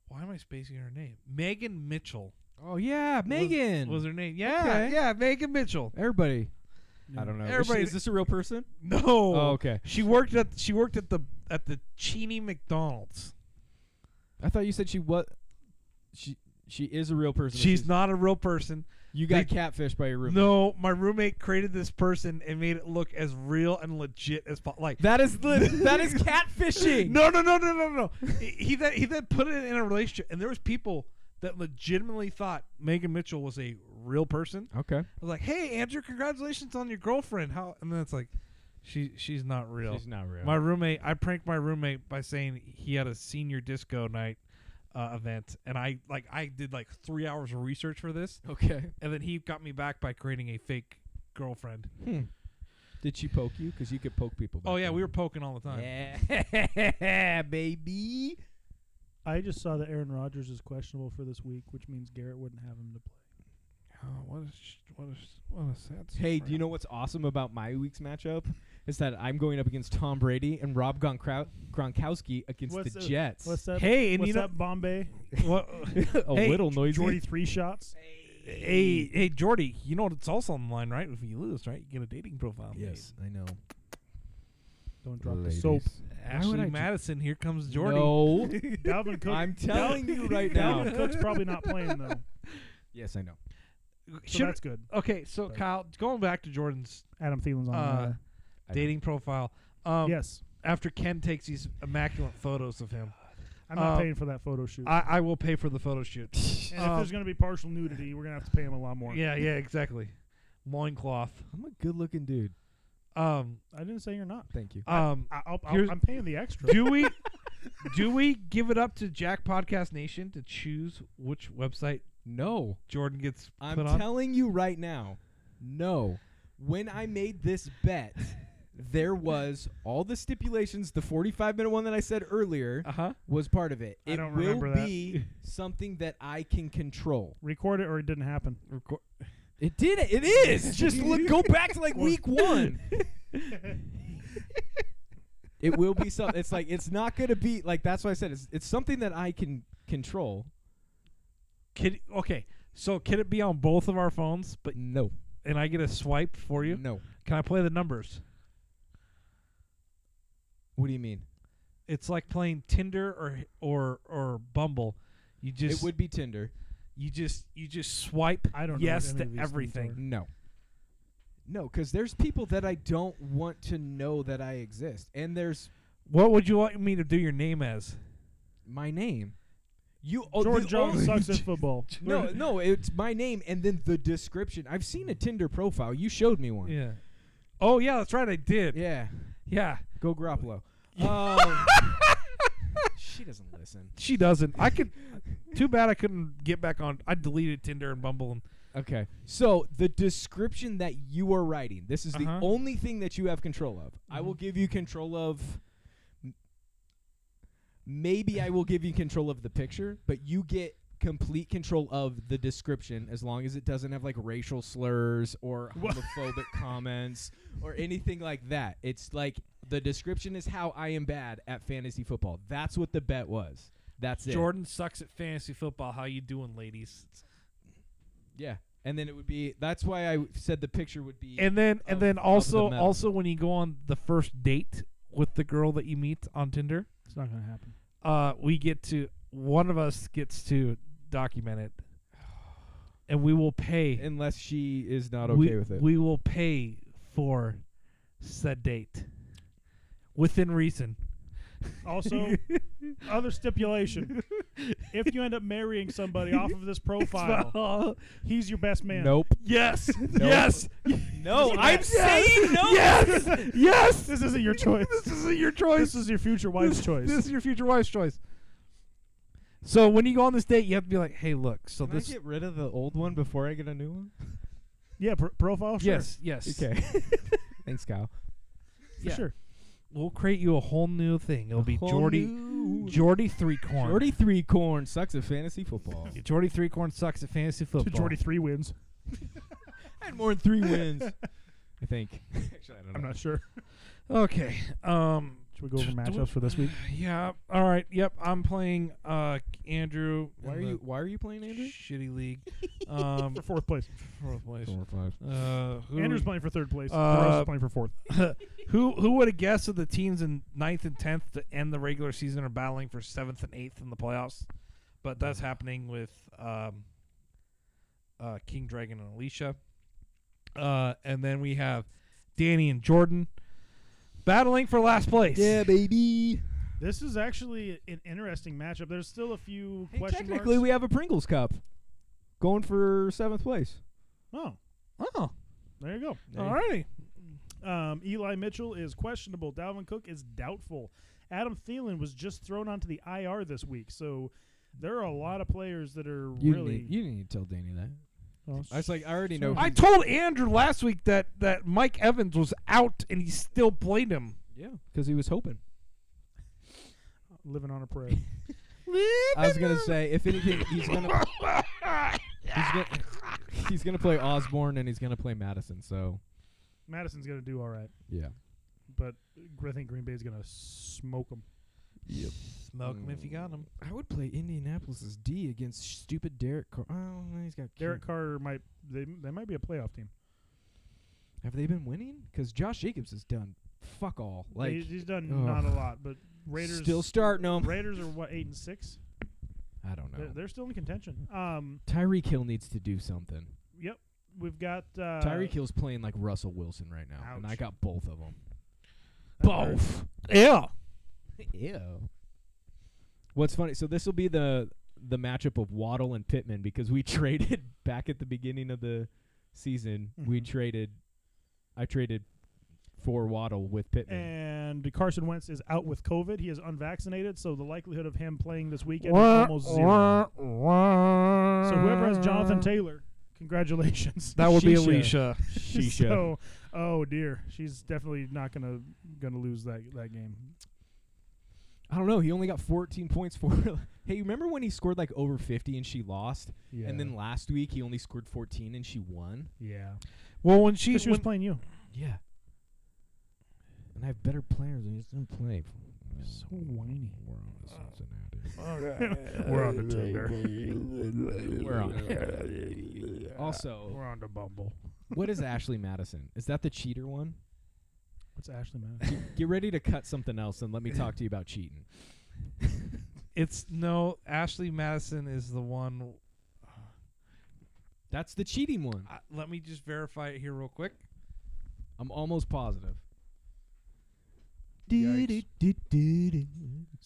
A: why am I spacing her name? Megan Mitchell
C: Oh yeah, Megan.
A: was her name. Yeah,
C: Okay.
A: yeah, Megan Mitchell.
C: Everybody. I
D: Yeah.
C: don't know.
A: Everybody-
C: Is, she- is this a real person?
A: No.
C: Oh, okay.
A: She worked at she worked at the at the Cheney McDonald's.
C: I thought you said she was. She she is a real person. but
A: She's not a real person.
C: You got
A: they-
C: catfished by your roommate.
A: No, my roommate created this person and made it look as real and legit as possible. Like
C: That is li- that is catfishing.
A: no, no, no, no, no, no. he he then he then put it in a relationship, and there was people that legitimately thought Megan Mitchell was a real person.
C: Okay.
A: I was like, hey, Andrew, congratulations on your girlfriend. How? And then it's like, she she's not real.
C: She's not real.
A: My roommate, I pranked my roommate by saying he had a senior disco night uh, event, and I like I did like three hours of research for this,
C: okay.
A: and then he got me back by creating a fake girlfriend.
C: Did she poke you? Because you could poke people. Back
A: Hmm. Oh yeah,
C: then.
A: we were poking all the time.
C: Yeah, baby.
D: I just saw that Aaron Rodgers is questionable for this week, which means Garrett wouldn't have him to play.
A: Oh, what a sh- what a sh- what a sad.
C: Hey, do
A: story.
C: you know what's awesome about my week's matchup? Is that I'm going up against Tom Brady and Rob Gronkrow- Gronkowski against
D: What's
C: the
D: up-
C: Jets.
D: What's up?
A: Hey, and
D: what's
A: you know
D: up, Bombay?
A: what?
C: a
A: Hey,
C: little noisy.
D: Jordy three shots.
A: hey, hey, Jordy, you know what's also on the line, right? If you lose, right, you get a dating profile. made.
C: Yes, I know.
D: Don't drop the soap.
C: would I
A: Ashley
C: do-
A: Madison, here comes Jordy.
C: No.
D: Dalvin Cook.
C: I'm telling you right
D: Dalvin
C: now.
D: Cook's probably not playing though, so
C: yes, I know.
A: Should-
D: that's good.
A: okay, so Kyle, going back to Jordan's
D: Adam Thielen's on.
A: Uh,
D: there.
C: I know.
A: dating profile. Um,
D: yes,
A: After Ken takes these immaculate photos of him,
D: I'm not
A: uh,
D: paying for that photo shoot.
A: I, I will pay for the photo shoot.
D: and
A: um,
D: if there's gonna be partial nudity, we're gonna have to pay him a lot more.
A: yeah, yeah, exactly. Loincloth.
C: I'm a good-looking dude.
A: Um,
D: I didn't say you're not.
C: Thank you.
A: um,
D: I, I'll,
A: Here's-
D: I'll, I'm paying the extra.
A: do we do we give it up to Jack Podcast Nation to choose which website
C: No,
A: Jordan gets
C: I'm
A: put on?
C: telling you right now. No. When I made this bet, there was all the stipulations. The 45-minute one that I said earlier
A: uh huh.
C: was part of it.
D: I
C: It
D: don't
C: will
D: remember that.
C: be something that I can control.
D: Record it or it didn't happen.
C: It did. It is. Just look. Go back to like week one. it will be something. It's like it's not gonna be like. That's why I said it's it's something that I can control.
A: Can, okay, so can it be on both of our phones? But
C: No.
A: and I get a swipe for you.
C: No.
A: Can I play the numbers?
C: What do you mean?
A: It's like playing Tinder or or or Bumble. You just
C: it would be Tinder.
A: You just you just swipe
D: I don't know
A: yes
D: what
A: to
D: any of these things
A: everything.
C: No. No, because there's people that I don't want to know that I exist, and there's
A: What would you like me to do your name as?
C: my name. You. Oh,
D: Jordan
C: the
D: Jones
C: only-
D: sucks at football.
C: No, no, it's my name and then the description. I've seen a Tinder profile. You showed me one.
A: Yeah. Oh yeah, that's right. I did.
C: yeah.
A: Yeah.
C: Go Garoppolo. Um, she doesn't listen.
A: She doesn't. I could. too bad I couldn't get back on. I deleted Tinder and Bumble and
C: Okay. So the description that you are writing, this is
A: Uh-huh. Mm-hmm.
C: the only thing that you have control of. I will give you control of. m- Maybe I will give you control of the picture, but you get complete control of the description as long as it doesn't have like racial slurs or homophobic comments or anything like that. It's like the description is how I am bad at fantasy football. That's what the bet was. That's it.
A: Jordan sucks at fantasy football. How you doing, ladies?
C: Yeah, and then it would be. That's why I said the picture would be.
A: And then and
C: Of-
A: then
C: of the
A: also
C: metal.
A: also when you go on the first date with the girl that you meet on Tinder,
D: It's not gonna happen.
A: uh, we get to one of us gets to document it, and we will pay.
C: unless she is not okay
A: we,
C: with it.
A: We will pay for said date within reason.
D: Also, other stipulation: if you end up marrying somebody off of this profile,
A: Well,
D: he's your best man.
C: Nope.
A: yes, yes,
C: No, I'm
A: Yes.
C: saying no.
A: yes, yes.
D: This isn't your choice.
A: This isn't your choice.
D: Oh, This is your future wife's
A: This-
D: choice.
A: This is your future wife's choice. So when you go on this date, you have to be like, "Hey, look, so
C: Can I
A: this,
C: get rid of the old one before I get a new one?
D: yeah, pr- profile. Sure.
A: yes, yes,
C: Okay. Thanks, Kyle.
D: for
A: yeah.
D: sure.
A: we'll create you a whole new thing. It'll be Jordy, Jordy Three Corn.
C: Jordy three corn sucks at fantasy football.
A: Jordy Three Corn sucks at fantasy
D: To
A: football.
D: Jordy three wins.
C: I had more than three wins. I think. Actually, I don't know.
D: I'm not sure.
A: Okay. Um.
D: Should we go over
A: Do we-
D: matchups for this week?
A: Yeah. All right. Yep. I'm playing uh Andrew.
C: Why
A: in
C: are
A: the
C: you? Why are you playing Andrew?
A: Shitty league. um.
D: For fourth place.
A: Fourth place.
C: or five.
A: Uh, who
D: Andrew's playing for third place.
A: Uh,
D: Ross is playing for fourth.
A: who who would have guessed that the teams in ninth and tenth to end the regular season are battling for seventh and eighth in the playoffs? But that's happening with um, uh, King Dragon and Alicia, uh, and then we have Danny and Jordan battling for last place.
C: baby.
D: This is actually an interesting matchup. There's still a few question
C: technically,
D: marks.
C: we have a Pringles cup going for seventh place.
D: oh,
A: Oh,
D: there you go.
A: all righty.
D: Um, Eli Mitchell is questionable. Dalvin Cook is doubtful. Adam Thielen was just thrown onto the IR this week, so there are a lot of players that are
C: You
D: really.
C: need, you didn't need to tell Danny that.
D: Oh,
C: I was like, I already know.
D: know
A: I told Andrew last week that that Mike Evans was out and he still played him.
C: yeah, because he was hoping.
D: living on a prayer.
C: I was gonna say, if anything, he's gonna he's gonna he's gonna play Osborne and he's gonna play Madison. So
D: Madison's gonna do all right,
C: yeah,
D: but I think Green Bay's gonna smoke them.
A: Smoke him if you got him.
C: I would play Indianapolis's D against stupid Derek Carr. Oh, he's got
D: Derek Carter might they they might be a playoff team.
C: Have they been winning? Because Josh Jacobs has done fuck all. Like
D: He- he's done
C: ugh.
D: not a lot, but Raiders
C: still starting him.
D: Raiders are what eight and six.
C: I don't know.
D: They're, they're still in contention. Um,
C: Tyreek Hill needs to do something.
D: yep, we've got uh,
C: Tyreek Hill's playing like Russell Wilson right now, and I
D: Ouch.
C: got both of them.
D: that hurt.
A: Yeah.
C: Ew. What's funny? So this will be the the matchup of Waddle and Pittman because we traded back at the beginning of the season. We
D: Mhm.
C: traded. I traded for Waddle with Pittman.
D: And Carson Wentz is out with COVID. He is unvaccinated, so the likelihood of him playing this weekend is
A: Wah,
D: almost zero.
A: wah, wah.
D: So whoever has Jonathan Taylor, congratulations.
A: That would be
C: Shisha.
A: Alicia.
C: Shisha.
D: Eh, So, oh dear, she's definitely not gonna gonna lose that that game.
C: I don't know. He only got 14 points for. hey, remember when he scored like over 50 and she lost?
D: Yeah.
C: And then last week he only scored 14 and she won.
D: yeah,
A: Well, when she,
D: 'Cause she was
A: when,
D: playing you.
C: Yeah. And I have better players and he just didn't play.
D: So Uh, whiny.
C: We're on to Cincinnati.
D: We're on the Tinder.
C: We're on. also,
D: We're on the Bumble.
C: what is Ashley Madison? Is that the cheater one?
D: What's Ashley Madison?
C: Get ready to cut something else and let me talk to you about cheating.
A: it's no Ashley Madison is the one.
C: That's the cheating one.
A: I, let me just verify it here real quick.
C: I'm almost positive.
A: Yikes.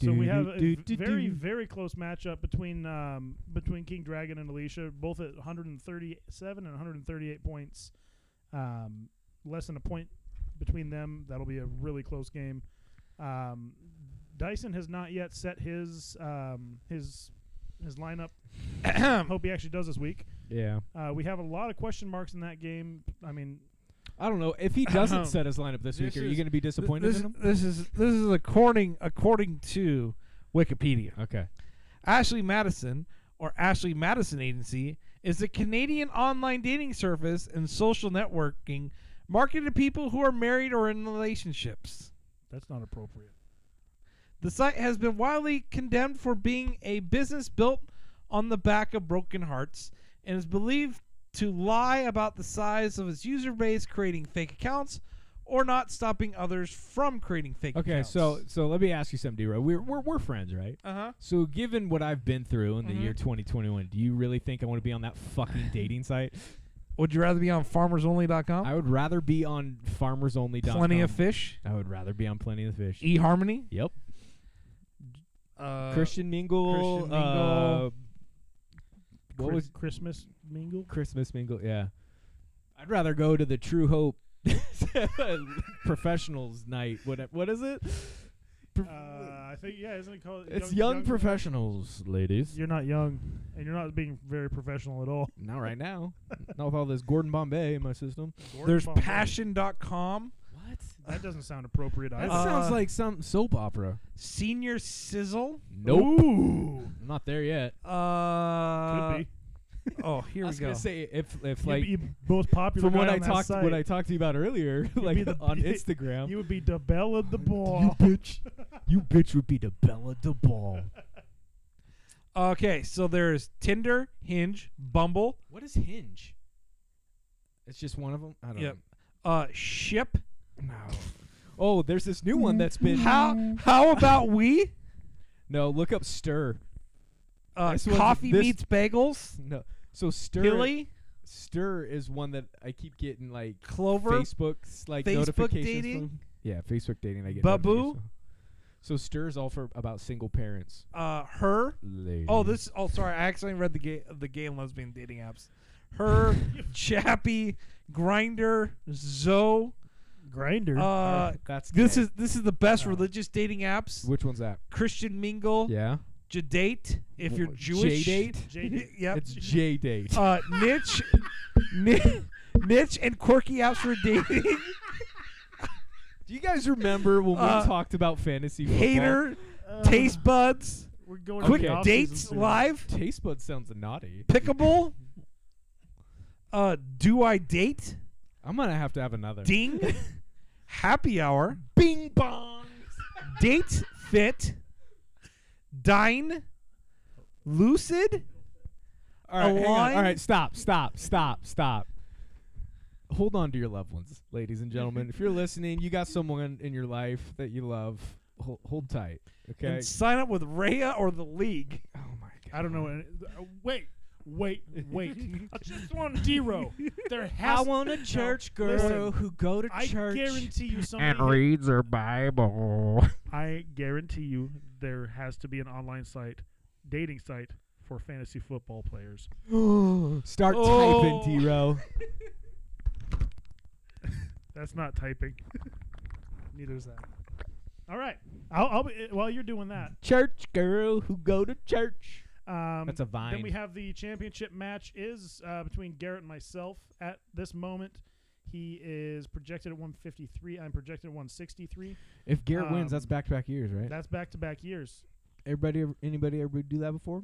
D: so we have a v- very very close matchup between um, between King Dragon and Alicia, both at 137 and 138 points, um, less than a point between them. That'll be a really close game. Um, Dyson has not yet set his um, his his lineup. Hope he actually does this week.
C: Yeah.
D: Uh, we have a lot of question marks in that game. I mean,
C: I don't know. If he doesn't
A: Ahem.
C: set his lineup this week,
A: This
C: are you
A: is-
C: going to be disappointed
A: this,
C: in him?
A: this is this is according according to Wikipedia.
C: Okay.
A: Ashley Madison or Ashley Madison Agency is a Canadian online dating service and social networking marketed to people who are married or in relationships.
D: that's not appropriate.
A: The site has been widely condemned for being a business built on the back of broken hearts and is believed to lie about the size of its user base, creating fake accounts, or not stopping others from creating fake
C: Okay,
A: accounts.
C: so so let me ask you something, D-Row. We're, we're, we're friends, right?
A: Uh huh.
C: So, given what I've been through in the
D: Mm-hmm.
A: Mhm.
C: year 2021, do you really think I want to be on that fucking dating site?
A: Would you rather be on farmersonly.com?
C: I would rather be on FarmersOnly.com.
A: Plenty of fish.
C: E-
A: E
C: I would rather be on Plenty of Fish.
A: eHarmony.
C: Yep.
A: uh,
C: Christian Mingle.
A: Christian
C: Uh,
A: Mingle.
C: what
D: Chri-
C: was
D: Christmas mingle?
C: Christmas Mingle? Yeah, I'd rather go to the True Hope Professionals Night. What? What is it?
D: Uh, I think yeah, isn't it called?
C: it's young, professionals, ladies.
D: You're not young, and you're not being very professional at all.
C: Not right now. Not with all this Gordon Bombay in my system.
A: There's
D: Gordon Bombay.
A: passion.com,
C: What?
D: That doesn't sound appropriate
C: That
D: either.
A: Uh,
C: sounds like some soap opera.
A: senior sizzle.
C: Nope. I'm not there yet.
A: Uh,
D: Could be.
A: Oh, here we
C: I was
A: go.
C: gonna say if if
D: You'd
C: like
D: be most popular
C: from what
D: guy
C: I
D: on that
C: talked
D: site.
C: what I talked to you about earlier,
D: be
C: like
D: the-
C: on Instagram.
D: you would be the belle of the
C: You
D: ball.
C: bitch. You bitch would be the Bella de Ball.
A: okay, so there's Tinder, Hinge, Bumble,
C: What is Hinge? It's just one of them. I don't
A: Yep. uh, Ship.
C: know. No. Oh, there's this new one that's been.
A: How how about we?
C: No, look up Stir.
A: Uh,
C: This one's-
A: coffee
C: this-
A: meets bagels.
C: No, so Stir.
A: Hilly,
C: Stir is one that I keep getting like
A: Clover,
C: Facebook's like
A: Facebook
C: notifications
A: dating?
C: from. Yeah, Facebook dating. I get
A: Babu?
C: notifications from. So Stir is all for about single parents.
A: uh, her. Oh, this. Oh, sorry. I accidentally read the gay, the gay and lesbian dating apps. Her, Chappie, Grinder, Zoe.
D: Grinder.
A: Uh,
C: that's
A: this
C: gay.
A: is this is the best
D: Oh.
A: religious dating apps.
C: which one's that?
A: Christian Mingle,
C: Yeah,
A: Jadate. If you're
C: Wh-
A: Jewish,
C: J-date?
D: J-date.
A: yep.
C: it's J date.
A: Uh, niche, ni- niche, and quirky apps for dating.
C: Do you guys remember when
A: Uh,
C: we talked about fantasy football?
A: Hater,
D: Uh,
A: Taste Buds,
D: We're going
C: Okay.
A: Quick
D: to the off-season
A: Dates
D: soon.
A: Live,
C: Taste bud sounds naughty.
A: Pickable. Uh, do I date?
C: I'm gonna have to have another.
A: Ding. Happy hour.
C: Bing bong.
A: Date fit. Dine. Lucid.
C: All right, hang on. all
A: Align?
C: right, stop, stop, stop, stop. Hold on to your loved ones, ladies and gentlemen. if you're listening, you got someone in your life that you love. Hold, hold tight, okay?
A: And sign up with Rhea or the league.
C: oh my god.
D: I don't know. any- uh, Wait, wait, wait. I just want zero. There has.
C: want a
D: church girl listen,
C: who go to
D: I guarantee you somebody. And reads her Bible. I guarantee you there has to be an online site, dating site for fantasy football players.
C: Start
A: Oh.
C: typing, T-Row.
D: That's not typing. Neither is that. All right. I'll, I'll be, uh, while you're doing that.
C: church girl who go to church.
D: Um,
C: That's a vine.
D: Then we have the championship match is uh, between Garrett and myself at this moment. He is projected at 153. I'm projected at 163.
C: if Garrett wins, that's
D: um,
C: back-to-back years, right?
D: That's back to back years.
C: Everybody, ever, anybody, ever do that before?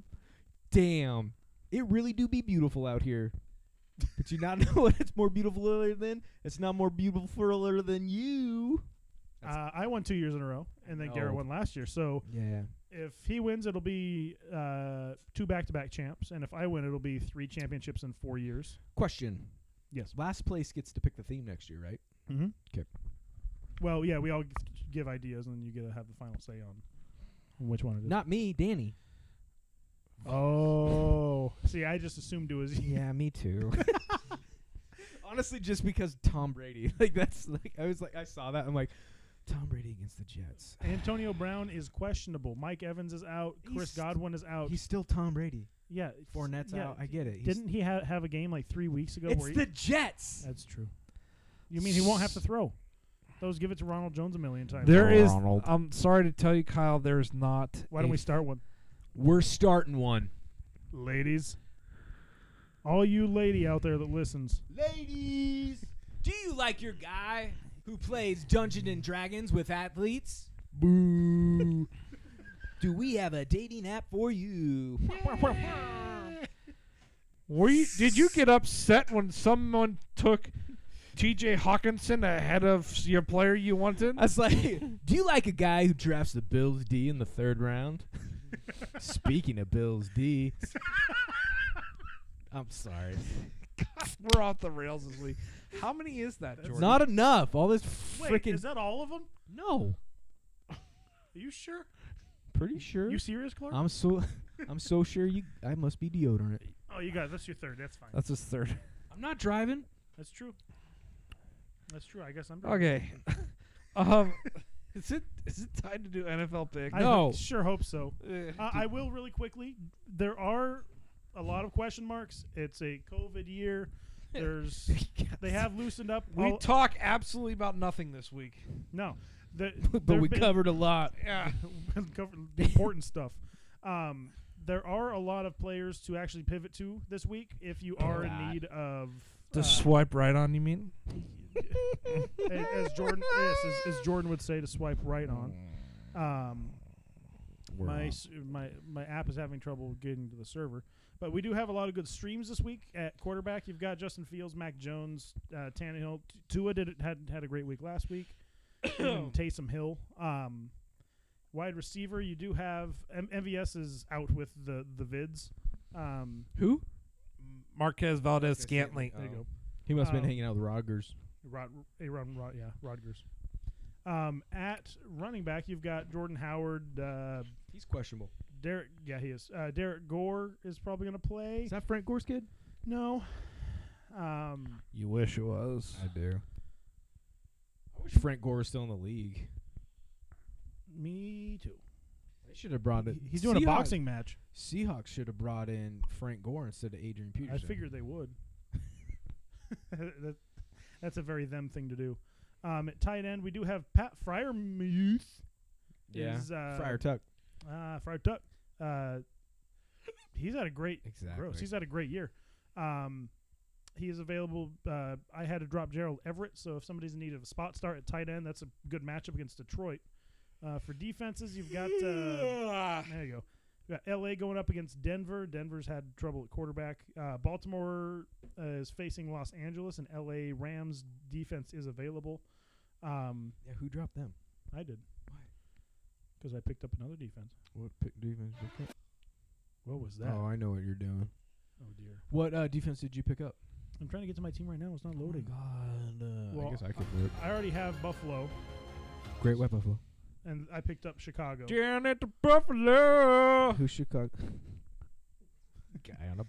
C: Damn, it really do be beautiful out here. But you not know what it's more beautiful earlier than? It's not more beautiful earlier than you. That's-
D: Uh, I won two years in a row, and then Garrett
C: No.
D: won last year. So
C: Yeah.
D: if he wins, it'll be uh, two back to back champs, and if I win, it'll be three championships in four years.
C: Question.
D: Yes.
C: Last place gets to pick the theme next year, right?
D: Mm-hmm.
C: 'Kay.
D: Well, yeah, we all g- give ideas, and then you get to have the final say on which one it is.
C: Not me, Danny.
D: Oh, see, I just assumed it was.
C: Yeah, me too. Honestly, just because Tom Brady, like that's like I was like I saw that I'm like Tom Brady against the Jets.
D: Antonio Brown is questionable. Mike Evans is out. Chris
C: He's-
D: Godwin is out.
C: He's still Tom Brady.
D: yeah, it's-
C: Fournette's
D: Oh. yeah,
C: out. I get it. He's-
D: Didn't he ha- have a game like three weeks ago?
C: it's
D: where he-
C: the Jets.
D: That's true. You mean he won't have to throw? Those give it to Ronald Jones a million times.
A: There is.
C: Ronald.
A: I'm sorry to tell you, Kyle. There's not.
D: Why don't
A: a
D: we start one,
C: We're starting one.
D: ladies? All you lady out there that listens,
C: Ladies, do you like your guy who plays Dungeon and Dragons with athletes? Boo. do we have a dating app for you?
D: Uh,
A: Were you, did you get upset when someone took T.J. Hawkinson ahead of your player you wanted?
C: I was like, do you like a guy who drafts the Bills D in the third round? Speaking of Bills D, I'm sorry.
A: We're off the rails this week. How many is that, Jordan?
C: Not enough. All this
D: wait,
C: freaking
D: is that all of them?
C: no.
D: Are you sure?
C: Pretty sure.
D: You serious, Clark?
C: I'm so I'm so sure you I must be deodorant.
D: oh, you guys, that's your third. That's fine.
A: That's his third.
C: I'm not driving.
D: That's true. That's true. I guess I'm.
A: Okay. um, Is it is it time to do NFL picks?
D: I
C: No.
D: ho- sure hope so.
A: Eh,
D: Uh, I will really quickly. There are a lot of question marks. It's a COVID year. There's they have loosened up.
A: we
D: all-
A: talk absolutely about nothing this week.
D: no, the,
C: but we
D: been,
C: covered a lot.
A: Yeah.
D: covered important stuff. Um, there are a lot of players to actually pivot to this week if you are in
C: God.
D: need of.
A: The
D: uh,
A: swipe right on you mean?
D: a- as Jordan, yes, as, as Jordan would say, to swipe right on. Um, my s- my my app is having trouble getting to the server, but we do have a lot of good streams this week at quarterback. You've got Justin Fields, Mac Jones, uh, Tannehill. T- Tua did it, had had a great week last week. and Taysom Hill, um, wide receiver. You do have M- MVS is out with the the vids. Um,
C: Who?
A: Marquez Valdez Scantling.
D: there you go.
C: He must have
D: Um,
C: been hanging out with Rogers.
D: Rod, Aaron, Rod, yeah, Rodgers. Um, at running back, you've got Jordan Howard, uh,
C: He's questionable.
D: Derek. Yeah, he is. Uh, Derek Gore is probably going to play.
C: Is that Frank Gore's kid?
D: No. Um,
A: You wish it was.
C: do. I wish Frank Gore was still in the league.
D: me too.
C: They should have brought it.
D: He's doing a
C: Seahawks-
D: boxing match.
C: Seahawks should have brought in Frank Gore instead of Adrian
D: I
C: Peterson.
D: figured they would. that, that's a very them thing to do. Um, at tight end, we do have Pat Fryermuth.
C: Yeah.
D: Is, uh,
C: Friar Tuck.
D: Uh, Friar Tuck. Uh, he's had a great
C: Exactly.
D: gross. He's had a great year. Um, he is available. Uh, I had to drop Gerald Everett, so if somebody's in need of a spot start at tight end, that's a good matchup against Detroit. Uh, for defenses,
A: Oh.
D: you've got uh, there you go. You got LA going up against Denver. Denver's had trouble at quarterback. Uh, Baltimore uh, is facing Los Angeles, and LA Rams defense is available. Um,
C: yeah, who dropped them?
D: I did
C: Why?
D: because I picked up another defense.
C: What pick defense did you pick
D: What was that?
C: up? Oh, I know what you're doing.
D: Oh dear.
C: What uh, defense did you pick up?
D: I'm trying to get to my team right now. It's not loading.
C: God, uh,
D: Well,
C: I guess I could do it.
D: I already have Buffalo,
C: Great weapon flow.
D: and I picked up Chicago.
A: Down at the Buffalo.
C: Who's Chicago? Guy on a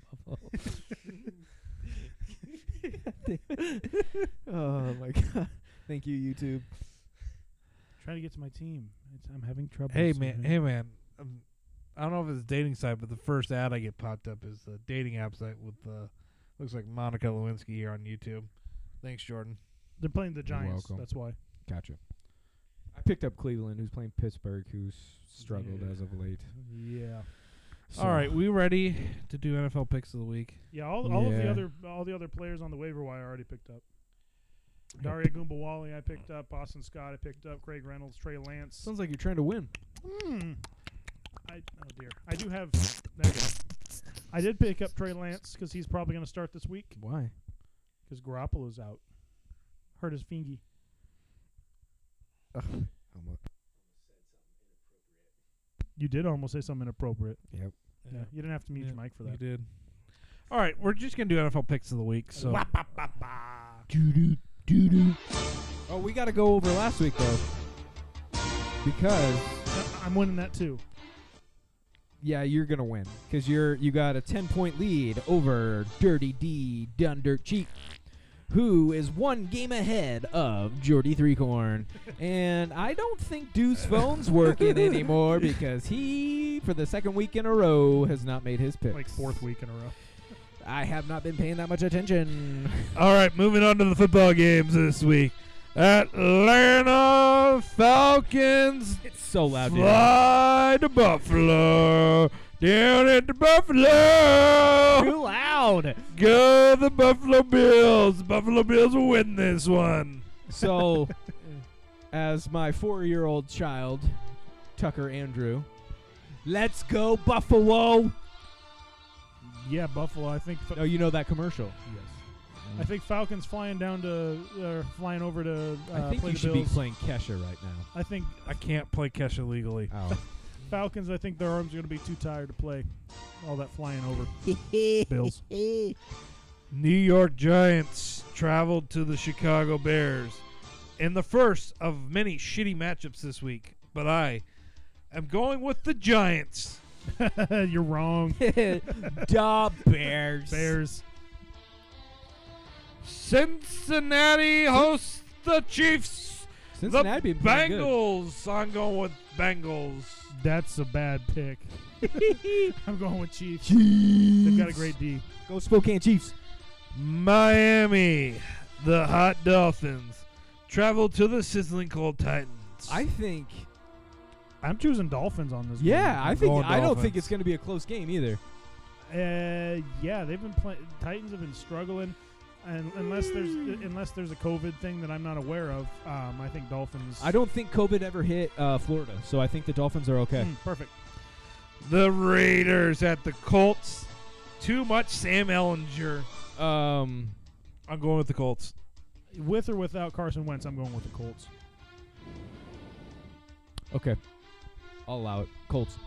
C: buffalo. oh my god! Thank you, YouTube.
D: Trying to get to my team. It's, I'm having trouble.
A: Hey
D: so-
A: man, hey man. Um, I don't know if it's a dating site, but the first ad I get popped up is the dating app site with uh, looks like Monica Lewinsky here on YouTube. Thanks, Jordan.
D: They're playing the Giants.
C: welcome.
D: That's why.
C: Gotcha. I picked up Cleveland, who's playing Pittsburgh, who's struggled
D: Yeah.
C: as of late.
D: Yeah.
A: All right, we ready to do NFL picks of the week?
D: Yeah. All, all of the
C: Yeah.
D: other all the other players on the waiver wire I already picked up. Daria Gumbawali I picked up. Boston Scott I picked up. Craig Reynolds, Trey Lance.
C: Sounds like you're trying to win.
D: Hmm. I, oh dear. I do have. There we go. I did pick up Trey Lance because he's probably going to start this week
C: Why?
D: because Garoppolo's out. Hurt his fingy. You did almost say something inappropriate.
C: Yep.
D: Yeah. You didn't have to mute
A: Yeah,
D: your mic for
A: you
D: that.
A: did. All right, we're just gonna do NFL picks of the week. So
C: Oh, we got to go over last week though, because
D: I- I'm winning that too.
C: yeah, you're gonna win because you're you got a ten point lead over Dirty D Dun Dirt Cheek, who is one game ahead of Jordy Three Corn, and I don't think Deuce phone's working anymore because he, for the second week in a row, has not made his picks.
D: Like fourth week in a row.
C: I have not been paying that much attention.
A: All right, moving on to the football games this week. Atlanta Falcons
C: It's so loud. dude.
A: fly to Buffalo. Down at the Buffalo.
C: Too loud.
A: Go the Buffalo Bills. Buffalo Bills will win this one.
C: So, as my four-year-old child, Tucker Andrew, let's go Buffalo.
D: Yeah, Buffalo. I think.
C: Oh, you know that commercial.
D: I think Falcons flying down to uh, flying over to. Uh,
C: I think
D: play
C: you
D: the
C: should
D: Bills.
C: be playing Kesha right now.
D: I think
A: I can't play Kesha legally.
C: Oh,
D: Falcons. I think their arms are going to be too tired to play all that flying over. Bills.
A: New York Giants traveled to the Chicago Bears in the first of many shitty matchups this week, but I am going with the Giants.
D: You're wrong.
C: duh, Bears.
D: Bears.
A: Cincinnati hosts the Chiefs.
C: Cincinnati been playing good.
A: Bengals. I'm going with Bengals.
D: That's a bad pick. I'm going with Chiefs. They've got a great D.
C: Go Spokane Chiefs.
A: Miami, the hot Dolphins, travel to the sizzling cold Titans.
C: I think.
D: I'm choosing Dolphins on this.
C: Yeah, I think.
A: going
C: I don't think
A: Dolphins.
C: it's going to be a close game either.
D: Uh, yeah, they've been playing. Titans have been struggling, and unless there's unless there's a COVID thing that I'm not aware of, um, I think Dolphins.
C: I don't think COVID ever hit uh, Florida, so I think the Dolphins are okay.
D: Mm, perfect.
A: the Raiders at the Colts. Too much Sam Ellinger.
D: Hmm.
C: Um,
A: I'm going with the Colts.
D: With or without Carson Wentz, I'm going with the Colts.
C: okay, I'll allow it. Colts.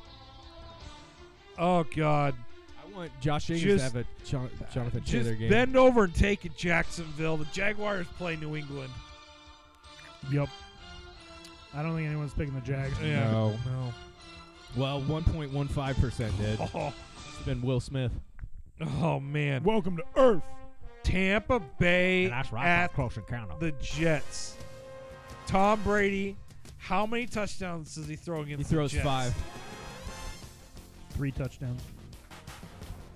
A: Oh God.
C: I want Josh Jacobs
A: Just-
C: to have a Jon- Jonathan
A: Just
C: Taylor game.
A: bend over and take it, Jacksonville. The Jaguars play New England.
D: Yep. I don't think anyone's picking the Jags.
A: Yeah.
C: No.
A: No.
C: well, 1.15 percent did.
A: Oh,
C: It's been Will Smith.
A: oh man.
D: Welcome to Earth.
A: Tampa Bay at
C: close encounter.
A: the Jets. Tom Brady, how many touchdowns does he throw against?
C: He throws
A: the Jets?
C: five.
D: Three touchdowns.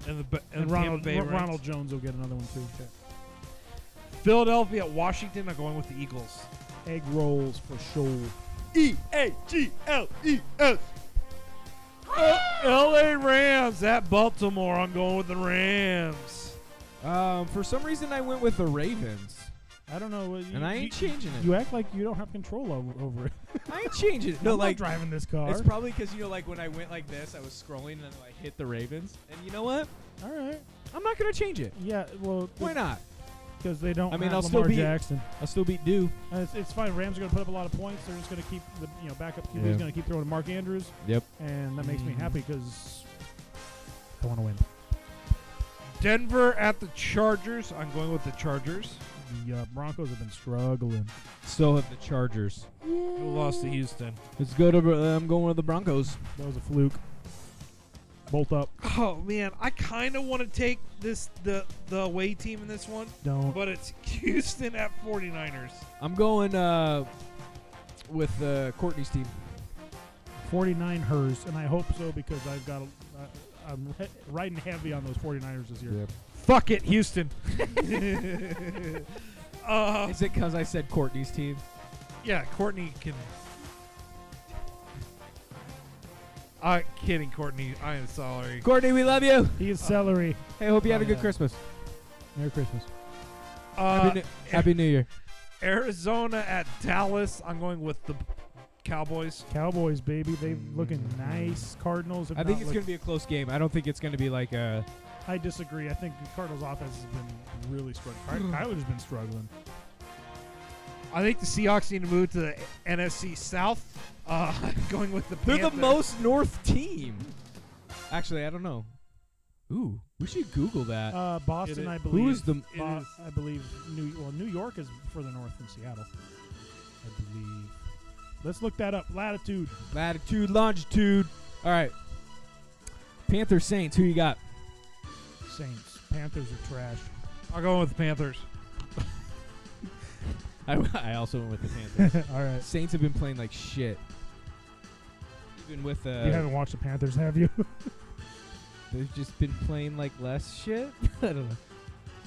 A: And the Ba-
D: And,
A: and
D: Ronald
A: Tampa Bay
D: Ro-
A: wins.
D: Ronald Jones will get another one too.
A: Philadelphia at Washington are going with the Eagles.
D: Egg rolls for sure.
A: E A G L E S. L.A. Rams at Baltimore. I'm going with the Rams.
C: Um, for some reason, I went with the Ravens,
D: I don't know. what You,
C: and I
D: you,
C: ain't changing it.
D: you act like you don't have control over, over it.
C: I ain't changing it. No,
D: I'm not
C: like
D: driving this car.
C: it's probably because you know, like when I went like this, I was scrolling and I hit the Ravens, and you know what?
D: All right.
C: I'm not gonna change it.
D: Yeah. Well,
C: Why not?
D: because they don't.
C: I mean,
D: have
C: I'll
D: Lamar
C: still be-
D: Jackson.
C: I'll still beat Dew.
D: And It's, it's fine. Rams are going to put up a lot of points. They're just going to keep the you know backup QB
C: Yeah.
D: is going to keep throwing to Mark Andrews.
C: Yep.
D: And that makes me
A: Mm.
D: happy because I want to win.
A: Denver at the Chargers. I'm going with the Chargers.
D: The uh, Broncos have been struggling.
C: So have the Chargers.
A: Who lost to Houston?
C: Let's go to. uh, I'm going with the Broncos.
D: That was a fluke. Bolt up.
A: Oh man, I kind of want to take this the the away team in this one,
D: Don't.
A: but it's Houston at 49ers.
C: I'm going uh, with uh, Courtney's team.
D: 49 hers, and I hope so because I've got. A, I, I'm he- riding heavy on those 49ers this year.
A: Fuck it, Houston. uh,
C: Is it because I said Courtney's team?
A: yeah, Courtney can. I kidding, Courtney. I am sorry.
C: Courtney, we love you.
D: He is celery.
C: Hey, hope you had a
A: Oh,
C: good
A: yeah.
C: Christmas.
D: Merry Christmas.
A: Uh,
C: Happy, New- Happy New Year.
A: Arizona at Dallas. I'm going with the Cowboys.
D: Cowboys, baby. They looking
C: Mm.
D: nice. Cardinals. Have
C: I think
D: not
C: it's going to
D: looked-
C: be a close game. I don't think it's going to be like uh, a.
D: I disagree. I think the Cardinals' offense has been really struggling. Kyler's been struggling.
A: I think the Seahawks need to move to the NFC South. Uh, I'm going with the
C: They're the
A: Panthers.
C: most North team. Actually, I don't know. Ooh, we should Google that.
D: Uh, Boston,
A: it-
D: I believe.
C: Who is the?
A: It
D: Bo-
A: is-
D: I believe New well New York is further north than Seattle. I believe. Let's look that up. Latitude.
C: Latitude, longitude. All right. Panther Saints, who you got?
D: Saints. Panthers are trash.
A: I'm going with the Panthers.
C: I, I also went with the Panthers.
D: All right.
C: Saints have been playing like shit. Even with
D: you
C: uh,
D: haven't watched the Panthers, have you?
C: they've just been playing like less shit. I don't know.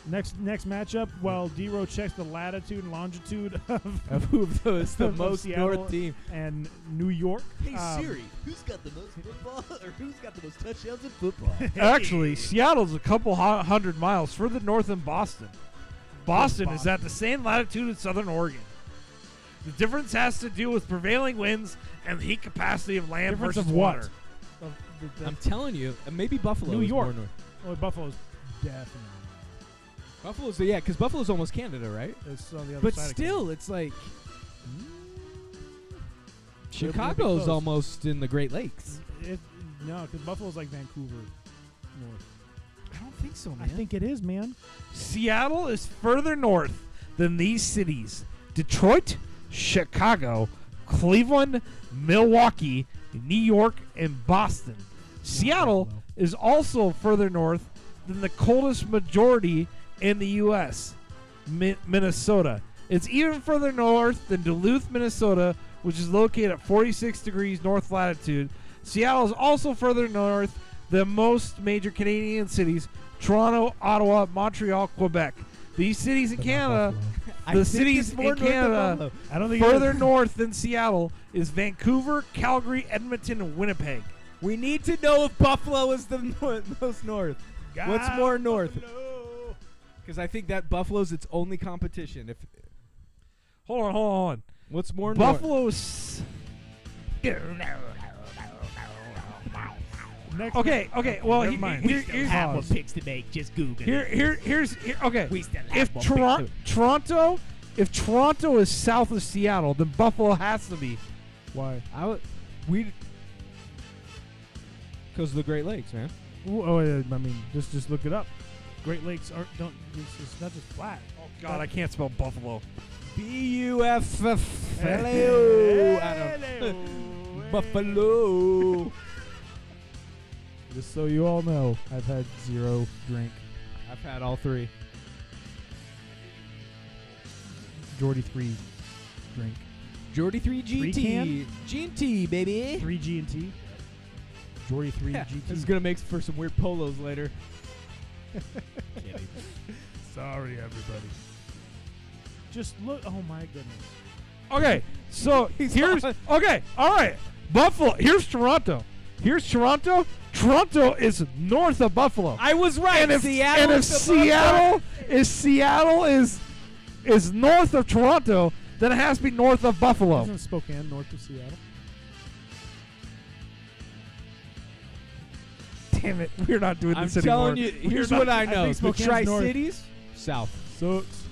D: next next matchup, while Dero checks the latitude and longitude of
C: Of who of those the
D: Of
C: most
D: Seattle.
C: North team?
D: and New York.
G: Hey
D: um,
G: Siri, who's got the most football, or who's got the most touchdowns in football?
A: Actually, Seattle's a couple hu- hundred miles further north than Boston. Boston is
D: Boston.
A: at the same latitude as southern Oregon. The difference has to do with prevailing winds and the heat capacity of land
D: Difference
A: versus
D: of what?
A: water.
D: of the- the-
C: I'm telling you, uh, maybe Buffalo.
D: New
C: is more
D: York.
C: north.
D: oh, Buffalo's definitely.
C: Buffalo's yeah, because Buffalo's almost Canada, right?
D: It's on the other
C: But
D: side of
C: still, it's like hmm.
D: It'll be
C: Chicago's
D: close.
C: almost in the Great Lakes.
D: It, no, because Buffalo's like Vancouver. North.
C: I don't think so, man.
D: I think it is, man.
A: Seattle is further north than these cities Detroit, Chicago, Cleveland, Milwaukee, New York, and Boston. Seattle
D: Buffalo.
A: is also further north than the coldest majority in the U.S. Mi- Minnesota. It's even further north than Duluth, Minnesota, which is located at 46 degrees north latitude. Seattle is also further north than most major Canadian cities Toronto, Ottawa, Montreal, Quebec. These cities in Canada,
C: I
A: the
C: think
A: cities
C: it's more
A: in
C: north than
A: Canada
C: Buffalo.
D: I don't think it
A: further
D: is.
A: north than Seattle, is Vancouver, Calgary, Edmonton, and Winnipeg.
C: We need to know if Buffalo is the nor- most north. What's
D: God,
C: more north?
D: Buffalo.
C: Because I think that Buffalo's its only competition. If
H: Hold on, hold on, hold on.
C: what's more north?
A: Buffalo's.
D: Next
A: Okay, okay. Well,
D: Never
A: he-
D: mind.
A: here- here's,
I: picks to make. Just Google
A: here, here, here's here, okay.
I: still
A: If Toron- Toronto, if Toronto is south of Seattle, then Buffalo has to be.
D: Why?
C: I w- we because of the Great Lakes, man.
D: Ooh, oh, yeah, I mean, just just look it up. Great Lakes aren't don't. It's, it's not just flat.
H: Oh God, I can't spell buffalo.
C: B U F F L A O. I don't-
D: Hello.
C: Buffalo.
D: Just so you all know, I've had zero drink.
C: I've had all three.
D: Jordy three drink.
C: Jordy three
D: Three
C: GT. GT baby.
D: Three G and T. Jordy three
C: Yeah,
D: GT.
C: This is gonna make for some weird polos later.
D: Sorry, everybody. Just look. Oh my goodness.
A: Okay, so here's okay. All right, Buffalo. Here's Toronto. Here's Toronto. Toronto is north of Buffalo.
C: I was right.
A: and if
C: Seattle.
A: and if
C: is the
A: Seattle is Seattle is is north of Toronto, then it has to be north of Buffalo.
D: Isn't Spokane north of Seattle?
A: Damn it, we're not doing
C: I'm
A: this anymore.
C: telling you, here's
A: not-
C: what I
D: I
C: know:
D: think
C: the
D: Spokane's
C: Tri
D: north.
C: Cities, south.
D: Sucks.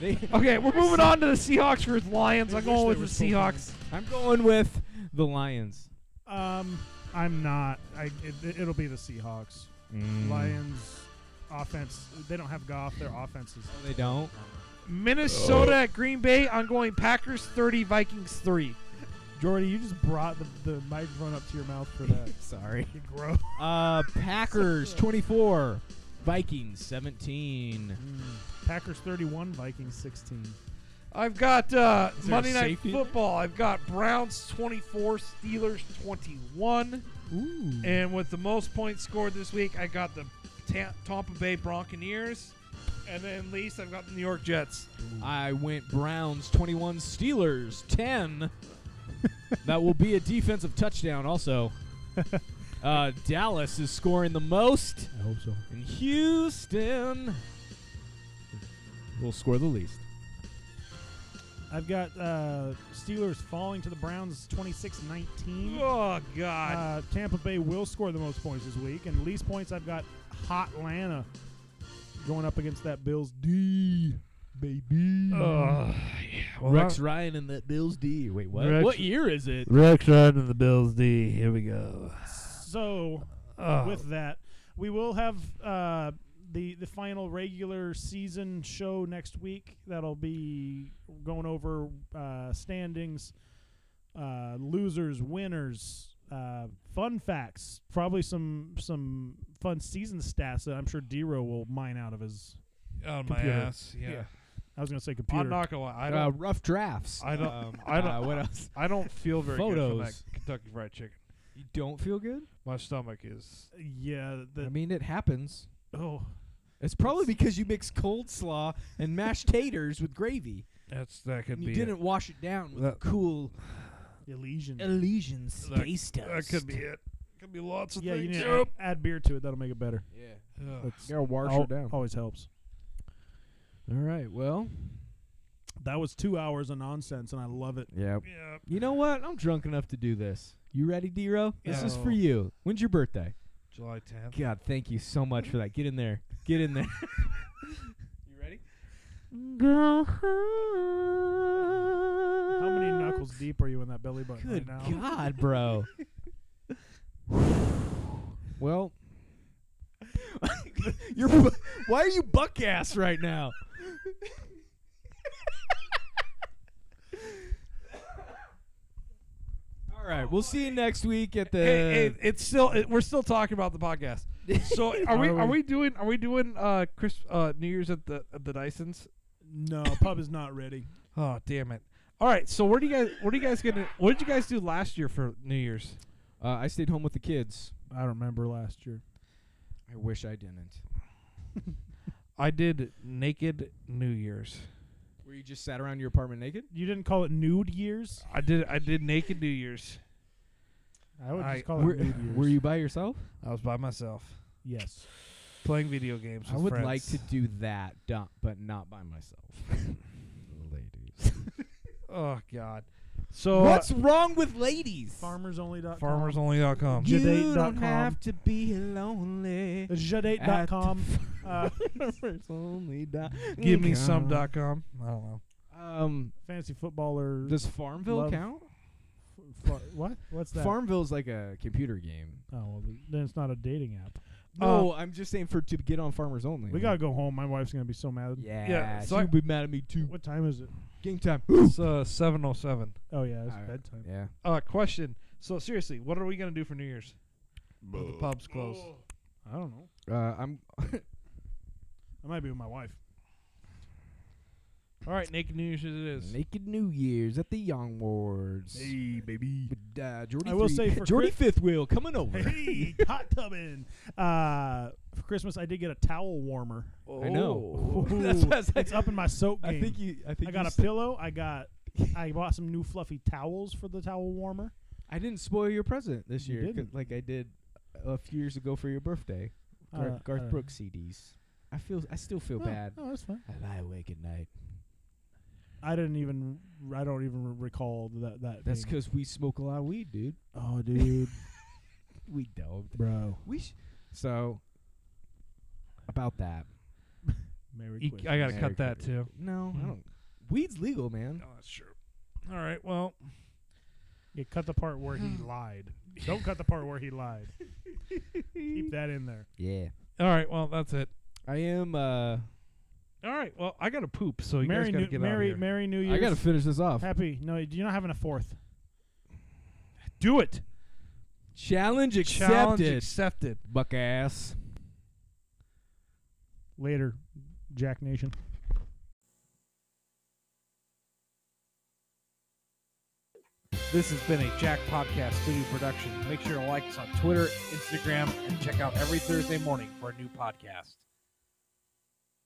C: They-
A: Okay, we're moving on to the Seahawks versus Lions. I'm
D: wish
A: going
D: they
A: with the
D: were still playing.
A: Seahawks.
C: I'm going with the Lions.
D: Um, I'm not. I it, it'll be the Seahawks. Mm.
C: Mm.
D: Lions offense. They don't have golf. Their offense is
C: They don't.
A: Minnesota
C: Oh.
A: at Green Bay. I'm going Packers 30, Vikings 3.
D: Jordy, you just brought the, the microphone up to your mouth for that.
C: Sorry.
D: you grow.
C: Uh, Packers 24, Vikings 17.
D: Packers 31, Vikings 16.
A: I've got uh,
C: Is there a
A: Monday Night
C: safety in there?
A: Football. I've got Browns 24, Steelers 21.
D: Ooh.
A: And with the most points scored this week, I got the Ta- Tampa Bay Buccaneers. And then least, I've got the New York Jets.
C: I went Browns 21, Steelers 10. that will be a defensive touchdown, also. Uh, Dallas is scoring the most,
D: I hope so.
C: and Houston will score the least.
D: I've got uh, Steelers falling to the Browns 26 19.
A: Oh God!
D: Uh, Tampa Bay will score the most points this week, and least points I've got Hot Atlanta going up against that Bills D, baby.
H: Ugh. Well,
C: Rex Ryan and Uh, that Bills D. Wait, what?
H: Rex-
C: what year is it?
H: Rex Ryan and the Bills D. Here we go.
D: So
H: Oh.
D: with that, we will have uh, the the final regular season show next week. That'll be going over uh, standings, uh, losers, winners, uh, fun facts, probably some some fun season stats that I'm sure Dero will mine out of his.
H: on my
D: Computer.
H: ass. Yeah.
D: Yeah. I was gonna say
H: I'm
D: computer.
H: not gonna lie. I
C: Uh,
H: don't.
C: rough drafts.
H: I don't-
C: Um,
H: I don't-
C: uh, what else?
H: I don't feel very good from
C: Photos.
H: that Kentucky Fried Chicken.
C: You don't feel good?
H: My stomach is.
D: yeah. The,
C: I mean, it happens.
D: oh,
C: It's probably because you mix cold slaw and mashed taters with gravy.
H: That's that could
C: And
H: be.
C: you
H: it.
C: didn't wash it down with
H: That-
C: cool
D: Elysian.
C: Elysian
H: That-
C: space dust.
H: That could be it. Could be lots of
D: yeah, you
H: things.
D: need to add,
H: Yep.
D: add beer to it. That'll make it better.
C: Yeah.
H: Ugh.
D: That's
C: gotta wash
D: al- always helps.
C: Oh, All right. Well.
D: That was two hours of nonsense, and I love it.
C: Yeah.
H: Yep.
C: You know what? I'm drunk enough to do this. You ready, Dero? This is
H: No.
C: for you. When's your birthday?
H: July 10th.
C: God, thank you so much for that. Get in there. Get in there. you ready?
D: How many knuckles deep are you in that belly button
C: Good
D: right now?
C: God, bro. well, you're bu- why are you buck ass right now? All right, we'll see you next week at the.
A: hey, hey, it's still it, we're still talking about the podcast. So are we
D: Are we?
A: are we doing are we doing uh Chris uh New Year's at the at the Dysons?
D: No, pub is not ready.
A: Oh damn it! All right, so where do you guys? What are you guys gonna? What did you guys do last year for New Year's?
C: Uh, I stayed home with the kids.
D: I don't remember last year.
C: I wish I didn't.
A: I did naked New Year's.
C: Where you just sat around your apartment naked?
D: You didn't call it nude years.
A: I did. I did naked New Year's.
D: I would
A: I-
D: just call
C: were,
D: Oh, it nude years.
C: were you by yourself?
A: I was by myself
D: Yes.
A: playing video games.
C: I
A: with
C: would
A: friends.
C: like to do that, do- but not by myself. Ladies.
A: Oh God! So uh,
C: What's wrong with ladies?
D: FarmersOnly.com.
A: farmersonly.com.
D: You Jadate dot com.
C: to be lonely. at the
D: Jadate.com. Uh,
C: farmersonly dot-
A: Give me some dot com. I don't know.
C: Um,
D: fantasy footballer.
C: does Farmville
D: Love-
C: count?
D: Fa- what? What's that?
C: Farmville's like a computer game.
D: oh, well, then it's not a dating app.
A: No,
C: No, I'm just saying for to get on Farmers Only.
D: We gotta go home. My wife's gonna be so mad.
C: Yeah,
A: Yeah, so I-
C: she'll be mad at me too.
D: What time is it?
C: Game time.
A: It's uh, seven oh seven.
D: Oh yeah, it's
C: All right.
D: bedtime.
C: yeah.
A: Uh, question. So seriously, what are we gonna do for New Year's? When the pub's closed.
D: I don't know.
C: Uh, I'm.
D: I might be with my wife.
A: All right, naked New Year's it is.
C: Naked New Year's at the Young Wards.
D: Hey, baby.
C: With, Uh, Jordy
D: I will
C: three-
D: say for
C: Jordy
D: Chris-
C: Fifth Wheel coming over.
D: Hey, hot tubbing. Uh, for Christmas, I did get a towel warmer.
C: I know.
D: Ooh.
C: That's what I said.
D: Oh. It's up in my soap
C: I
D: game.
C: think you. I think you
D: I got a
C: said-
D: pillow. I got. I bought some new fluffy towels for the towel warmer.
C: I didn't spoil your present this
D: You
C: year, 'cause
D: didn't.
C: like I did a few years ago for your birthday. Gar-
D: Uh,
C: Garth
D: uh,
C: Brooks CDs. I feel. I still feel
D: Oh,
C: bad.
D: Oh, that's fine.
C: I lie awake at night.
D: I didn't even. I don't even recall that. That.
C: That's
D: being-
C: because we smoke a lot of weed, dude.
D: Oh, dude,
C: We don't.
D: bro.
C: We sh- so about that.
D: Merry
A: You-
D: Christmas.
A: I gotta
C: Merry
A: cut that
C: Christmas.
A: too.
C: No,
D: Hmm.
A: Mm.
C: I don't. Weed's legal, man.
A: Oh, that's true. All right. Well,
D: Yeah, cut the part where he lied. Don't cut the part where he lied. Keep that in there.
C: Yeah,
A: all right. Well, that's it.
C: I am. Uh,
A: All right. Well, I gotta poop, so you
D: Merry
A: guys gotta
D: New
A: get
D: Merry
A: out of here.
D: Merry New
C: I
D: Year's.
C: gotta finish this off.
D: Happy. No, you're not having a fourth.
A: Do it.
C: Challenge accepted,
A: Challenge accepted.
C: buck ass.
D: Later, Jack Nation.
A: This has been a Jack Podcast Studio production. Make sure to like us on Twitter, Instagram, and check out every Thursday morning for a new podcast.